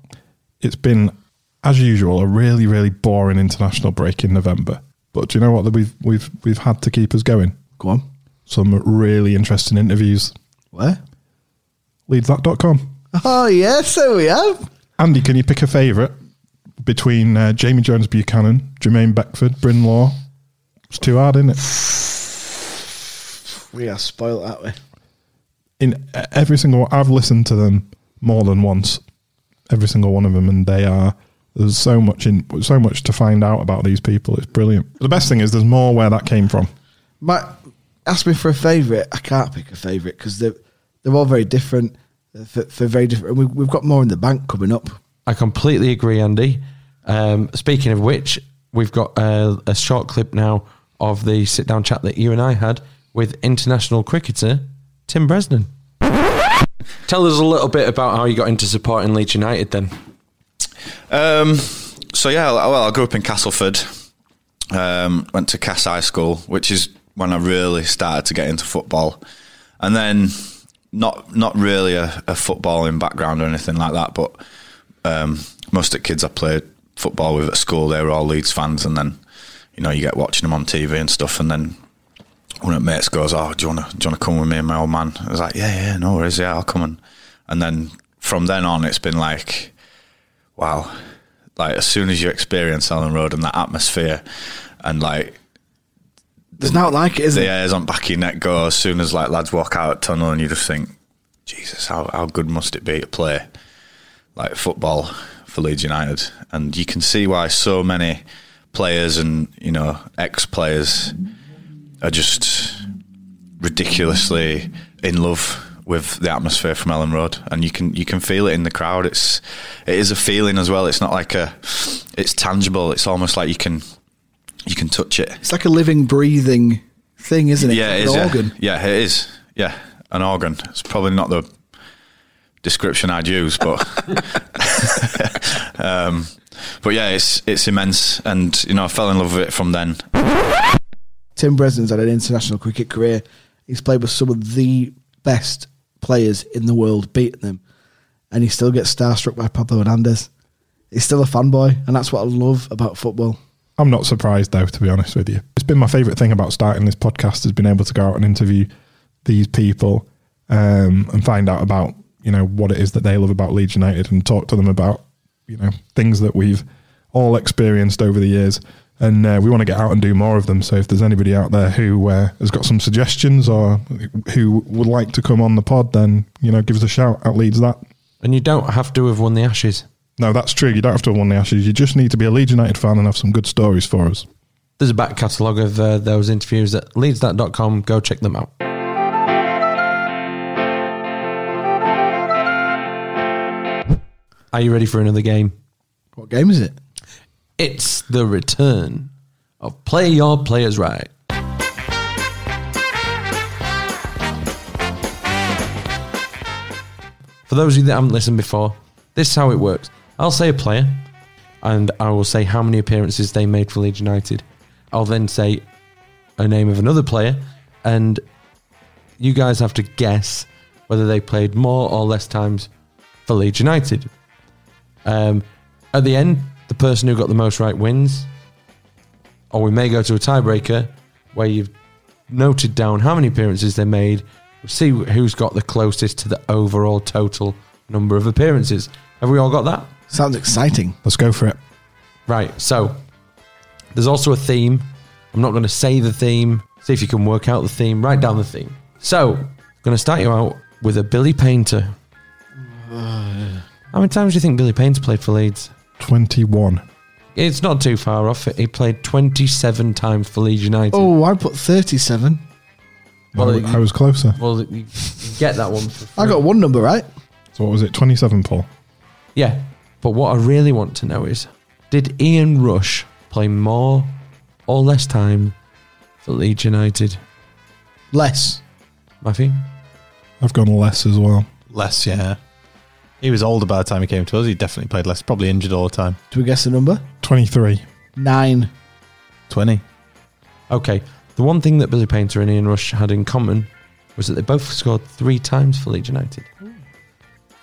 [SPEAKER 5] It's been, as usual, a really really boring international break in November. But do you know what? That we've we've we've had to keep us going.
[SPEAKER 3] Go on.
[SPEAKER 5] Some really interesting interviews.
[SPEAKER 3] Where?
[SPEAKER 5] Leadsthat.com.
[SPEAKER 3] Oh, yeah, so we have.
[SPEAKER 5] Andy, can you pick a favourite between uh, Jamie Jones Buchanan, Jermaine Beckford, Bryn Law? It's too hard, isn't it?
[SPEAKER 3] We are spoiled, aren't we?
[SPEAKER 5] In uh, every single one, I've listened to them more than once, every single one of them, and they are there's so much in so much to find out about these people. It's brilliant. The best thing is there's more where that came from.
[SPEAKER 3] My, ask me for a favourite. I can't pick a favourite because they're, they're all very different uh, for, for very different. We, we've got more in the bank coming up.
[SPEAKER 4] I completely agree, Andy. Um, speaking of which, we've got a, a short clip now of the sit down chat that you and I had with international cricketer Tim Bresnan. Tell us a little bit about how you got into supporting Leeds United then.
[SPEAKER 13] Um, so yeah, well, I grew up in Castleford, Um, went to Cass High School, which is when I really started to get into football, and then not not really a, a footballing background or anything like that. But um, most of the kids I played football with at school, they were all Leeds fans, and then you know you get watching them on TV and stuff, and then one of the mates goes, "Oh, do you want to do you want to come with me and my old man?" I was like, "Yeah, yeah, no worries, yeah, I'll come." And and then from then on, it's been like, wow, like as soon as you experience Ellen Road and that atmosphere, and like
[SPEAKER 3] It's not like it, is
[SPEAKER 13] the
[SPEAKER 3] it?
[SPEAKER 13] airs on back of your neck go as soon as like lads walk out at tunnel, and you just think, Jesus, how how good must it be to play like football for Leeds United? And you can see why so many players and you know ex players are just ridiculously in love with the atmosphere from Ellen Road, and you can you can feel it in the crowd. It's it is a feeling as well. It's not like a it's tangible. It's almost like you can you can touch it.
[SPEAKER 3] It's like a living, breathing thing, isn't it?
[SPEAKER 13] Yeah, it
[SPEAKER 3] An
[SPEAKER 13] is. yeah.
[SPEAKER 3] organ.
[SPEAKER 13] Yeah. it is. Yeah, an organ. It's probably not the description I'd use, but [laughs] um, but yeah, it's it's immense, and you know I fell in love with it from then.
[SPEAKER 3] Tim Breslin's had an international cricket career. He's played with some of the best players in the world, beating them, and he still gets starstruck by Pablo Hernandez. He's still a fanboy, and that's what I love about football.
[SPEAKER 5] I'm not surprised though, to be honest with you. It's been my favorite thing about starting this podcast has been able to go out and interview these people um, and find out about you know what it is that they love about Leeds United and talk to them about you know things that we've all experienced over the years. And uh, we want to get out and do more of them. So if there's anybody out there who uh, has got some suggestions or who would like to come on the pod, then you know give us a shout at Leeds that.
[SPEAKER 4] And you don't have to have won the Ashes.
[SPEAKER 5] No, that's true. You don't have to have won the Ashes. You just need to be a Leeds United fan and have some good stories for us.
[SPEAKER 4] There's a back catalogue of uh, those interviews at leadsthat.com. Go check them out. Are you ready for another game?
[SPEAKER 3] What game is it?
[SPEAKER 4] It's the return of Play Your Players Right. For those of you that haven't listened before, this is how it works. I'll say a player, and I will say how many appearances they made for Leeds United. I'll then say a name of another player, and you guys have to guess whether they played more or less times for Leeds United. Um, at the end, the person who got the most right wins, or we may go to a tiebreaker where you've noted down how many appearances they made, see who's got the closest to the overall total number of appearances. Have we all got that?
[SPEAKER 3] Sounds exciting.
[SPEAKER 5] Let's go for it.
[SPEAKER 4] Right, so there's also a theme. I'm not going to say the theme. See if you can work out the theme. Write down the theme. So, I'm going to start you out with a Billy Painter. How many times do you think Billy Painter played for Leeds?
[SPEAKER 5] 21.
[SPEAKER 4] It's not too far off. He played 27 times for Leeds United.
[SPEAKER 3] Oh, I put thirty-seven.
[SPEAKER 5] I,
[SPEAKER 4] well,
[SPEAKER 5] I was closer.
[SPEAKER 4] well, you get that one. For
[SPEAKER 3] I got one number right.
[SPEAKER 5] So what was it? 27, Paul.
[SPEAKER 4] Yeah, but what I really want to know is, did Ian Rush play more or less time for Leeds United?
[SPEAKER 3] Less.
[SPEAKER 4] Matthew,
[SPEAKER 5] I've gone less as well.
[SPEAKER 6] Less, yeah. He was older by the time he came to us. He definitely played less. Probably injured all the time.
[SPEAKER 3] Do we guess the number?
[SPEAKER 5] 23.
[SPEAKER 3] Nine.
[SPEAKER 6] Twenty.
[SPEAKER 4] okay. The one thing that Billy Painter and Ian Rush had in common was that they both scored three times for Leeds United.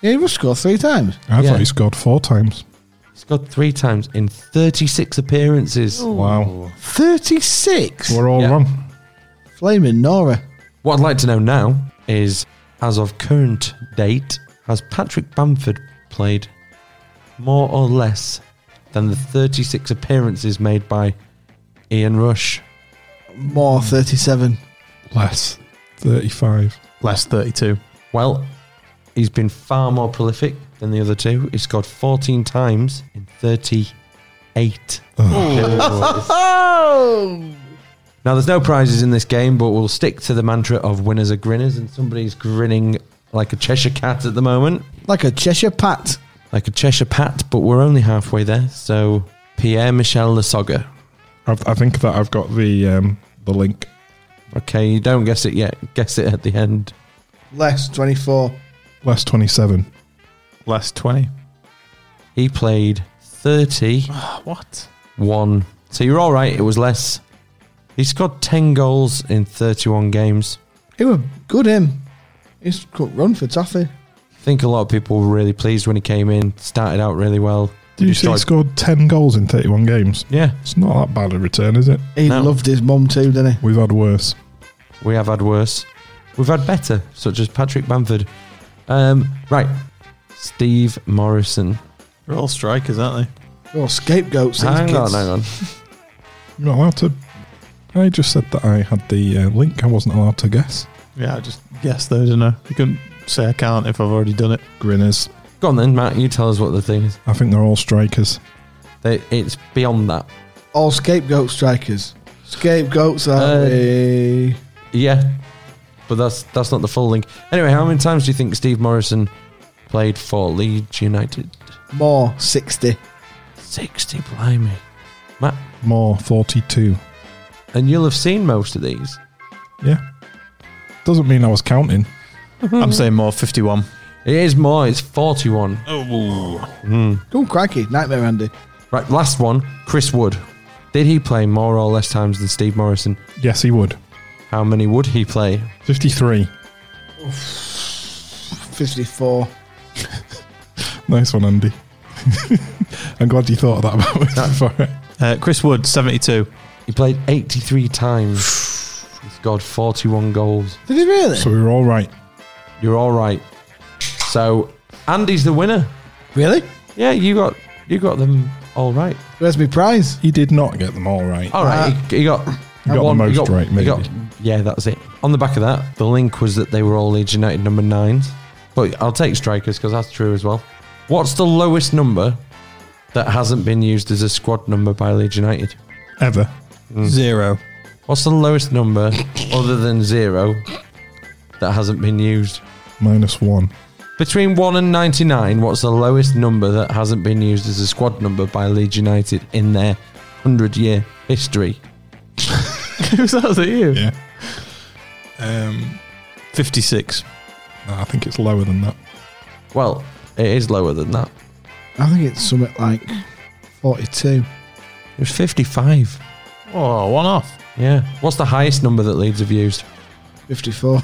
[SPEAKER 3] Yeah, he must score three times.
[SPEAKER 5] I
[SPEAKER 4] Yeah.
[SPEAKER 5] thought he scored four times.
[SPEAKER 4] Scored three times in 36 appearances.
[SPEAKER 5] Wow.
[SPEAKER 3] Thirty-six.
[SPEAKER 5] We're all
[SPEAKER 4] Yeah.
[SPEAKER 5] wrong.
[SPEAKER 3] Flaming Nora.
[SPEAKER 4] What I'd like to know now is, as of current date, has Patrick Bamford played more or less than the 36 appearances made by Ian Rush?
[SPEAKER 3] More thirty-seven.
[SPEAKER 5] Less. 35.
[SPEAKER 6] Less thirty-two.
[SPEAKER 4] Well, he's been far more prolific than the other two. He scored 14 times in 38. appearances.
[SPEAKER 3] Oh!
[SPEAKER 4] now, there's no prizes in this game, but we'll stick to the mantra of winners are grinners, and somebody's grinning like a Cheshire cat at the moment.
[SPEAKER 3] Like a Cheshire Pat.
[SPEAKER 4] like a Cheshire Pat, but we're only halfway there. So Pierre Michel Lasoga.
[SPEAKER 5] I've, I think that I've got the um, the link.
[SPEAKER 4] Okay, you don't guess it yet. Guess it at the end.
[SPEAKER 3] Less twenty-four.
[SPEAKER 5] Less 27.
[SPEAKER 6] Less twenty.
[SPEAKER 4] He played thirty
[SPEAKER 6] What?
[SPEAKER 4] one So you're all right. It was less. He scored 10 goals in 31 games.
[SPEAKER 3] He were good, him. He's good run for Taffy.
[SPEAKER 4] I think a lot of people were really pleased when he came in. Started out really well.
[SPEAKER 5] Did you say he scored 10 goals in 31 games?
[SPEAKER 4] Yeah.
[SPEAKER 5] It's not that bad a return, is it?
[SPEAKER 3] He loved his mum too, didn't he?
[SPEAKER 5] We've had worse.
[SPEAKER 4] We have had worse. We've had better, such as Patrick Bamford. Um, right. Steve Morrison.
[SPEAKER 6] They're all strikers, aren't they?
[SPEAKER 3] Oh, scapegoats. These
[SPEAKER 4] Hang
[SPEAKER 3] kids.
[SPEAKER 4] on, hang on.
[SPEAKER 5] You're not allowed to. I just said that I had the uh, link. I wasn't allowed to guess.
[SPEAKER 6] Yeah, I just guessed though, didn't I? You couldn't say I can't if I've already done it.
[SPEAKER 5] Grinners.
[SPEAKER 4] Go on then, Matt. You tell us what the thing is.
[SPEAKER 5] I think they're all strikers.
[SPEAKER 4] They, it's beyond that.
[SPEAKER 3] All scapegoat strikers. Scapegoats are
[SPEAKER 4] Uh,
[SPEAKER 3] we?
[SPEAKER 4] Yeah, but that's that's not the full link. Anyway, how many times do you think Steve Morrison played for Leeds United?
[SPEAKER 3] more 60.
[SPEAKER 4] 60, blimey. Matt,
[SPEAKER 5] More 42.
[SPEAKER 4] and you'll have seen most of these.
[SPEAKER 5] Yeah. Doesn't mean I was counting.
[SPEAKER 6] I'm saying more 51.
[SPEAKER 4] It is more, it's 41.
[SPEAKER 3] Go on, crikey. Nightmare Andy.
[SPEAKER 4] Right, last one Chris Wood. Did he play more or less times than Steve Morrison?
[SPEAKER 5] Yes, he would.
[SPEAKER 4] How many would he play?
[SPEAKER 5] 53.
[SPEAKER 3] 54.
[SPEAKER 5] Nice one, Andy. [laughs] I'm glad you thought of that [laughs] about it for it.
[SPEAKER 6] Uh, Chris Wood, 72.
[SPEAKER 4] He played 83 times. He scored 41 goals.
[SPEAKER 3] Did he really?
[SPEAKER 5] So we were all right.
[SPEAKER 4] You're all right. So, Andy's the winner.
[SPEAKER 3] really?
[SPEAKER 4] Yeah, you got you got them all right.
[SPEAKER 3] Where's my prize?
[SPEAKER 5] He did not get them all right.
[SPEAKER 4] All right, he, he got
[SPEAKER 5] You Uh, got
[SPEAKER 4] one-
[SPEAKER 5] the most
[SPEAKER 4] he
[SPEAKER 5] right,
[SPEAKER 4] he got-
[SPEAKER 5] maybe.
[SPEAKER 4] yeah, that's it. On the back of that, the link was that they were all Leeds United number nines. But I'll take strikers because that's true as well. What's the lowest number that hasn't been used as a squad number by Leeds United?
[SPEAKER 5] Ever.
[SPEAKER 6] Zero.
[SPEAKER 4] What's the lowest
[SPEAKER 5] [laughs]
[SPEAKER 4] number other than zero that hasn't been used?
[SPEAKER 5] Minus one.
[SPEAKER 4] Between 1 and 99, what's the lowest number that hasn't been used as a squad number by Leeds United in their 100 year
[SPEAKER 5] [laughs]
[SPEAKER 4] history? [laughs]
[SPEAKER 6] Who's that? Was it you?
[SPEAKER 5] Yeah. Um,
[SPEAKER 6] 56.
[SPEAKER 5] no, I think it's lower than that.
[SPEAKER 4] Well, it is lower than that.
[SPEAKER 3] I think it's something like 42.
[SPEAKER 4] It was 55.
[SPEAKER 6] Oh, one off.
[SPEAKER 4] Yeah. What's the highest number that Leeds have used?
[SPEAKER 3] 54.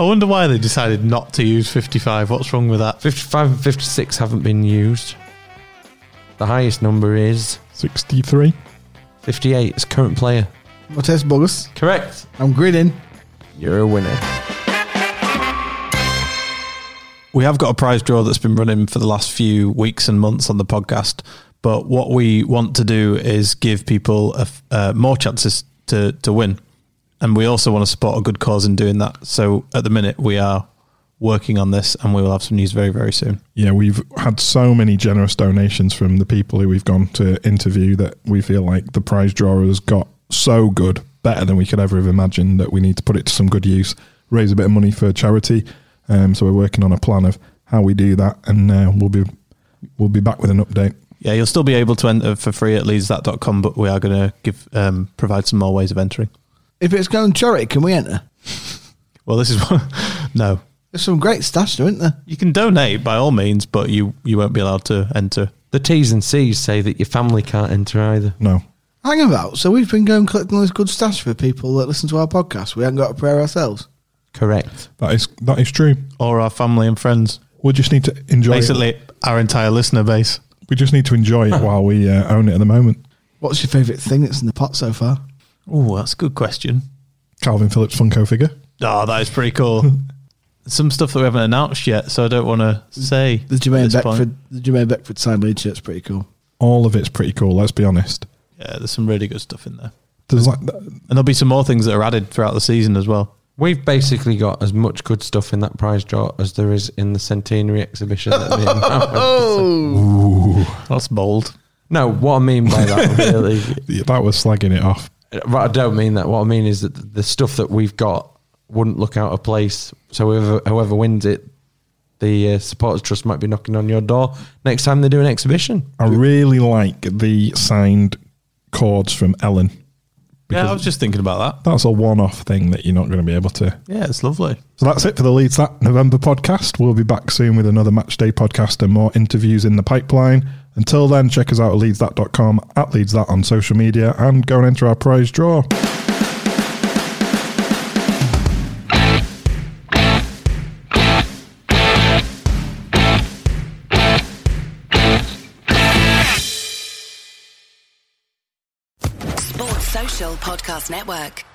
[SPEAKER 6] I wonder why they decided not to use 55. What's wrong with that?
[SPEAKER 4] 55 and 56 haven't been used. The highest number is
[SPEAKER 5] 63.
[SPEAKER 4] 58. It's current player.
[SPEAKER 3] My test bogus.
[SPEAKER 4] Correct.
[SPEAKER 3] I'm grinning.
[SPEAKER 4] You're a winner.
[SPEAKER 6] We have got a prize draw that's been running for the last few weeks and months on the podcast. But what we want to do is give people a f uh, more chances to, to win. And we also want to support a good cause in doing that. So at the minute, we are working on this and we will have some news very, very soon.
[SPEAKER 5] Yeah, we've had so many generous donations from the people who we've gone to interview that we feel like the prize drawer has got so good, better than we could ever have imagined, that we need to put it to some good use, raise a bit of money for charity. Um, so we're working on a plan of how we do that, and uh, we'll be we'll be back with an update.
[SPEAKER 6] Yeah, you'll still be able to enter for free at leadsthat.com, but we are going to give um, provide some more ways of entering.
[SPEAKER 3] If it's going charity, can we enter?
[SPEAKER 6] Well, this is [laughs] one. no,
[SPEAKER 3] There's some great stats, there, isn't there?
[SPEAKER 6] you can donate by all means, but you you won't be allowed to enter.
[SPEAKER 4] The T's and C's say that your family can't enter either.
[SPEAKER 5] No,
[SPEAKER 3] Hang about. So we've been going collecting all this good stats for people that listen to our podcast. We haven't got a prayer ourselves.
[SPEAKER 4] Correct.
[SPEAKER 5] that is that is true.
[SPEAKER 6] Or our family and friends,
[SPEAKER 5] We just need to enjoy.
[SPEAKER 6] basically
[SPEAKER 5] it.
[SPEAKER 6] our entire listener base.
[SPEAKER 5] we just need to enjoy it while we uh, own it at the moment.
[SPEAKER 3] What's your favourite thing that's in the pot so far?
[SPEAKER 6] Oh, that's a good question.
[SPEAKER 5] Calvin Phillips Funko figure.
[SPEAKER 6] Oh, that is pretty cool. some stuff that we haven't announced yet, so I don't want to say
[SPEAKER 3] The
[SPEAKER 6] at
[SPEAKER 3] Jermaine
[SPEAKER 6] this point.
[SPEAKER 3] Beckford, the Jermaine Beckford signed lead shirt's pretty cool.
[SPEAKER 5] All of it's pretty cool. Let's be honest.
[SPEAKER 6] Yeah, there's some really good stuff in there,
[SPEAKER 5] There's like
[SPEAKER 6] and there'll be some more things that are added throughout the season as well.
[SPEAKER 4] We've basically got as much good stuff in that prize draw as there is in the centenary exhibition. That me [laughs] and Matt went to.
[SPEAKER 6] That's bold.
[SPEAKER 4] no, what I mean by that really [laughs]
[SPEAKER 5] that was slagging it off.
[SPEAKER 4] Right, I don't mean that. What I mean is that the stuff that we've got wouldn't look out of place. So whoever, whoever wins it, the uh, supporters trust might be knocking on your door next time they do an exhibition.
[SPEAKER 5] I really like the signed chords from Ellen.
[SPEAKER 6] Yeah, I was just thinking about
[SPEAKER 5] That's a one off thing that you're not going to be able to.
[SPEAKER 6] that. Yeah, it's lovely.
[SPEAKER 5] So that's it for the Leeds That November podcast. We'll be back soon with another match day podcast and more interviews in the pipeline. Until then, check us out at leadsthat.com, at leadsthat on social media, and go and enter our prize draw.
[SPEAKER 8] Sports Social Podcast Network.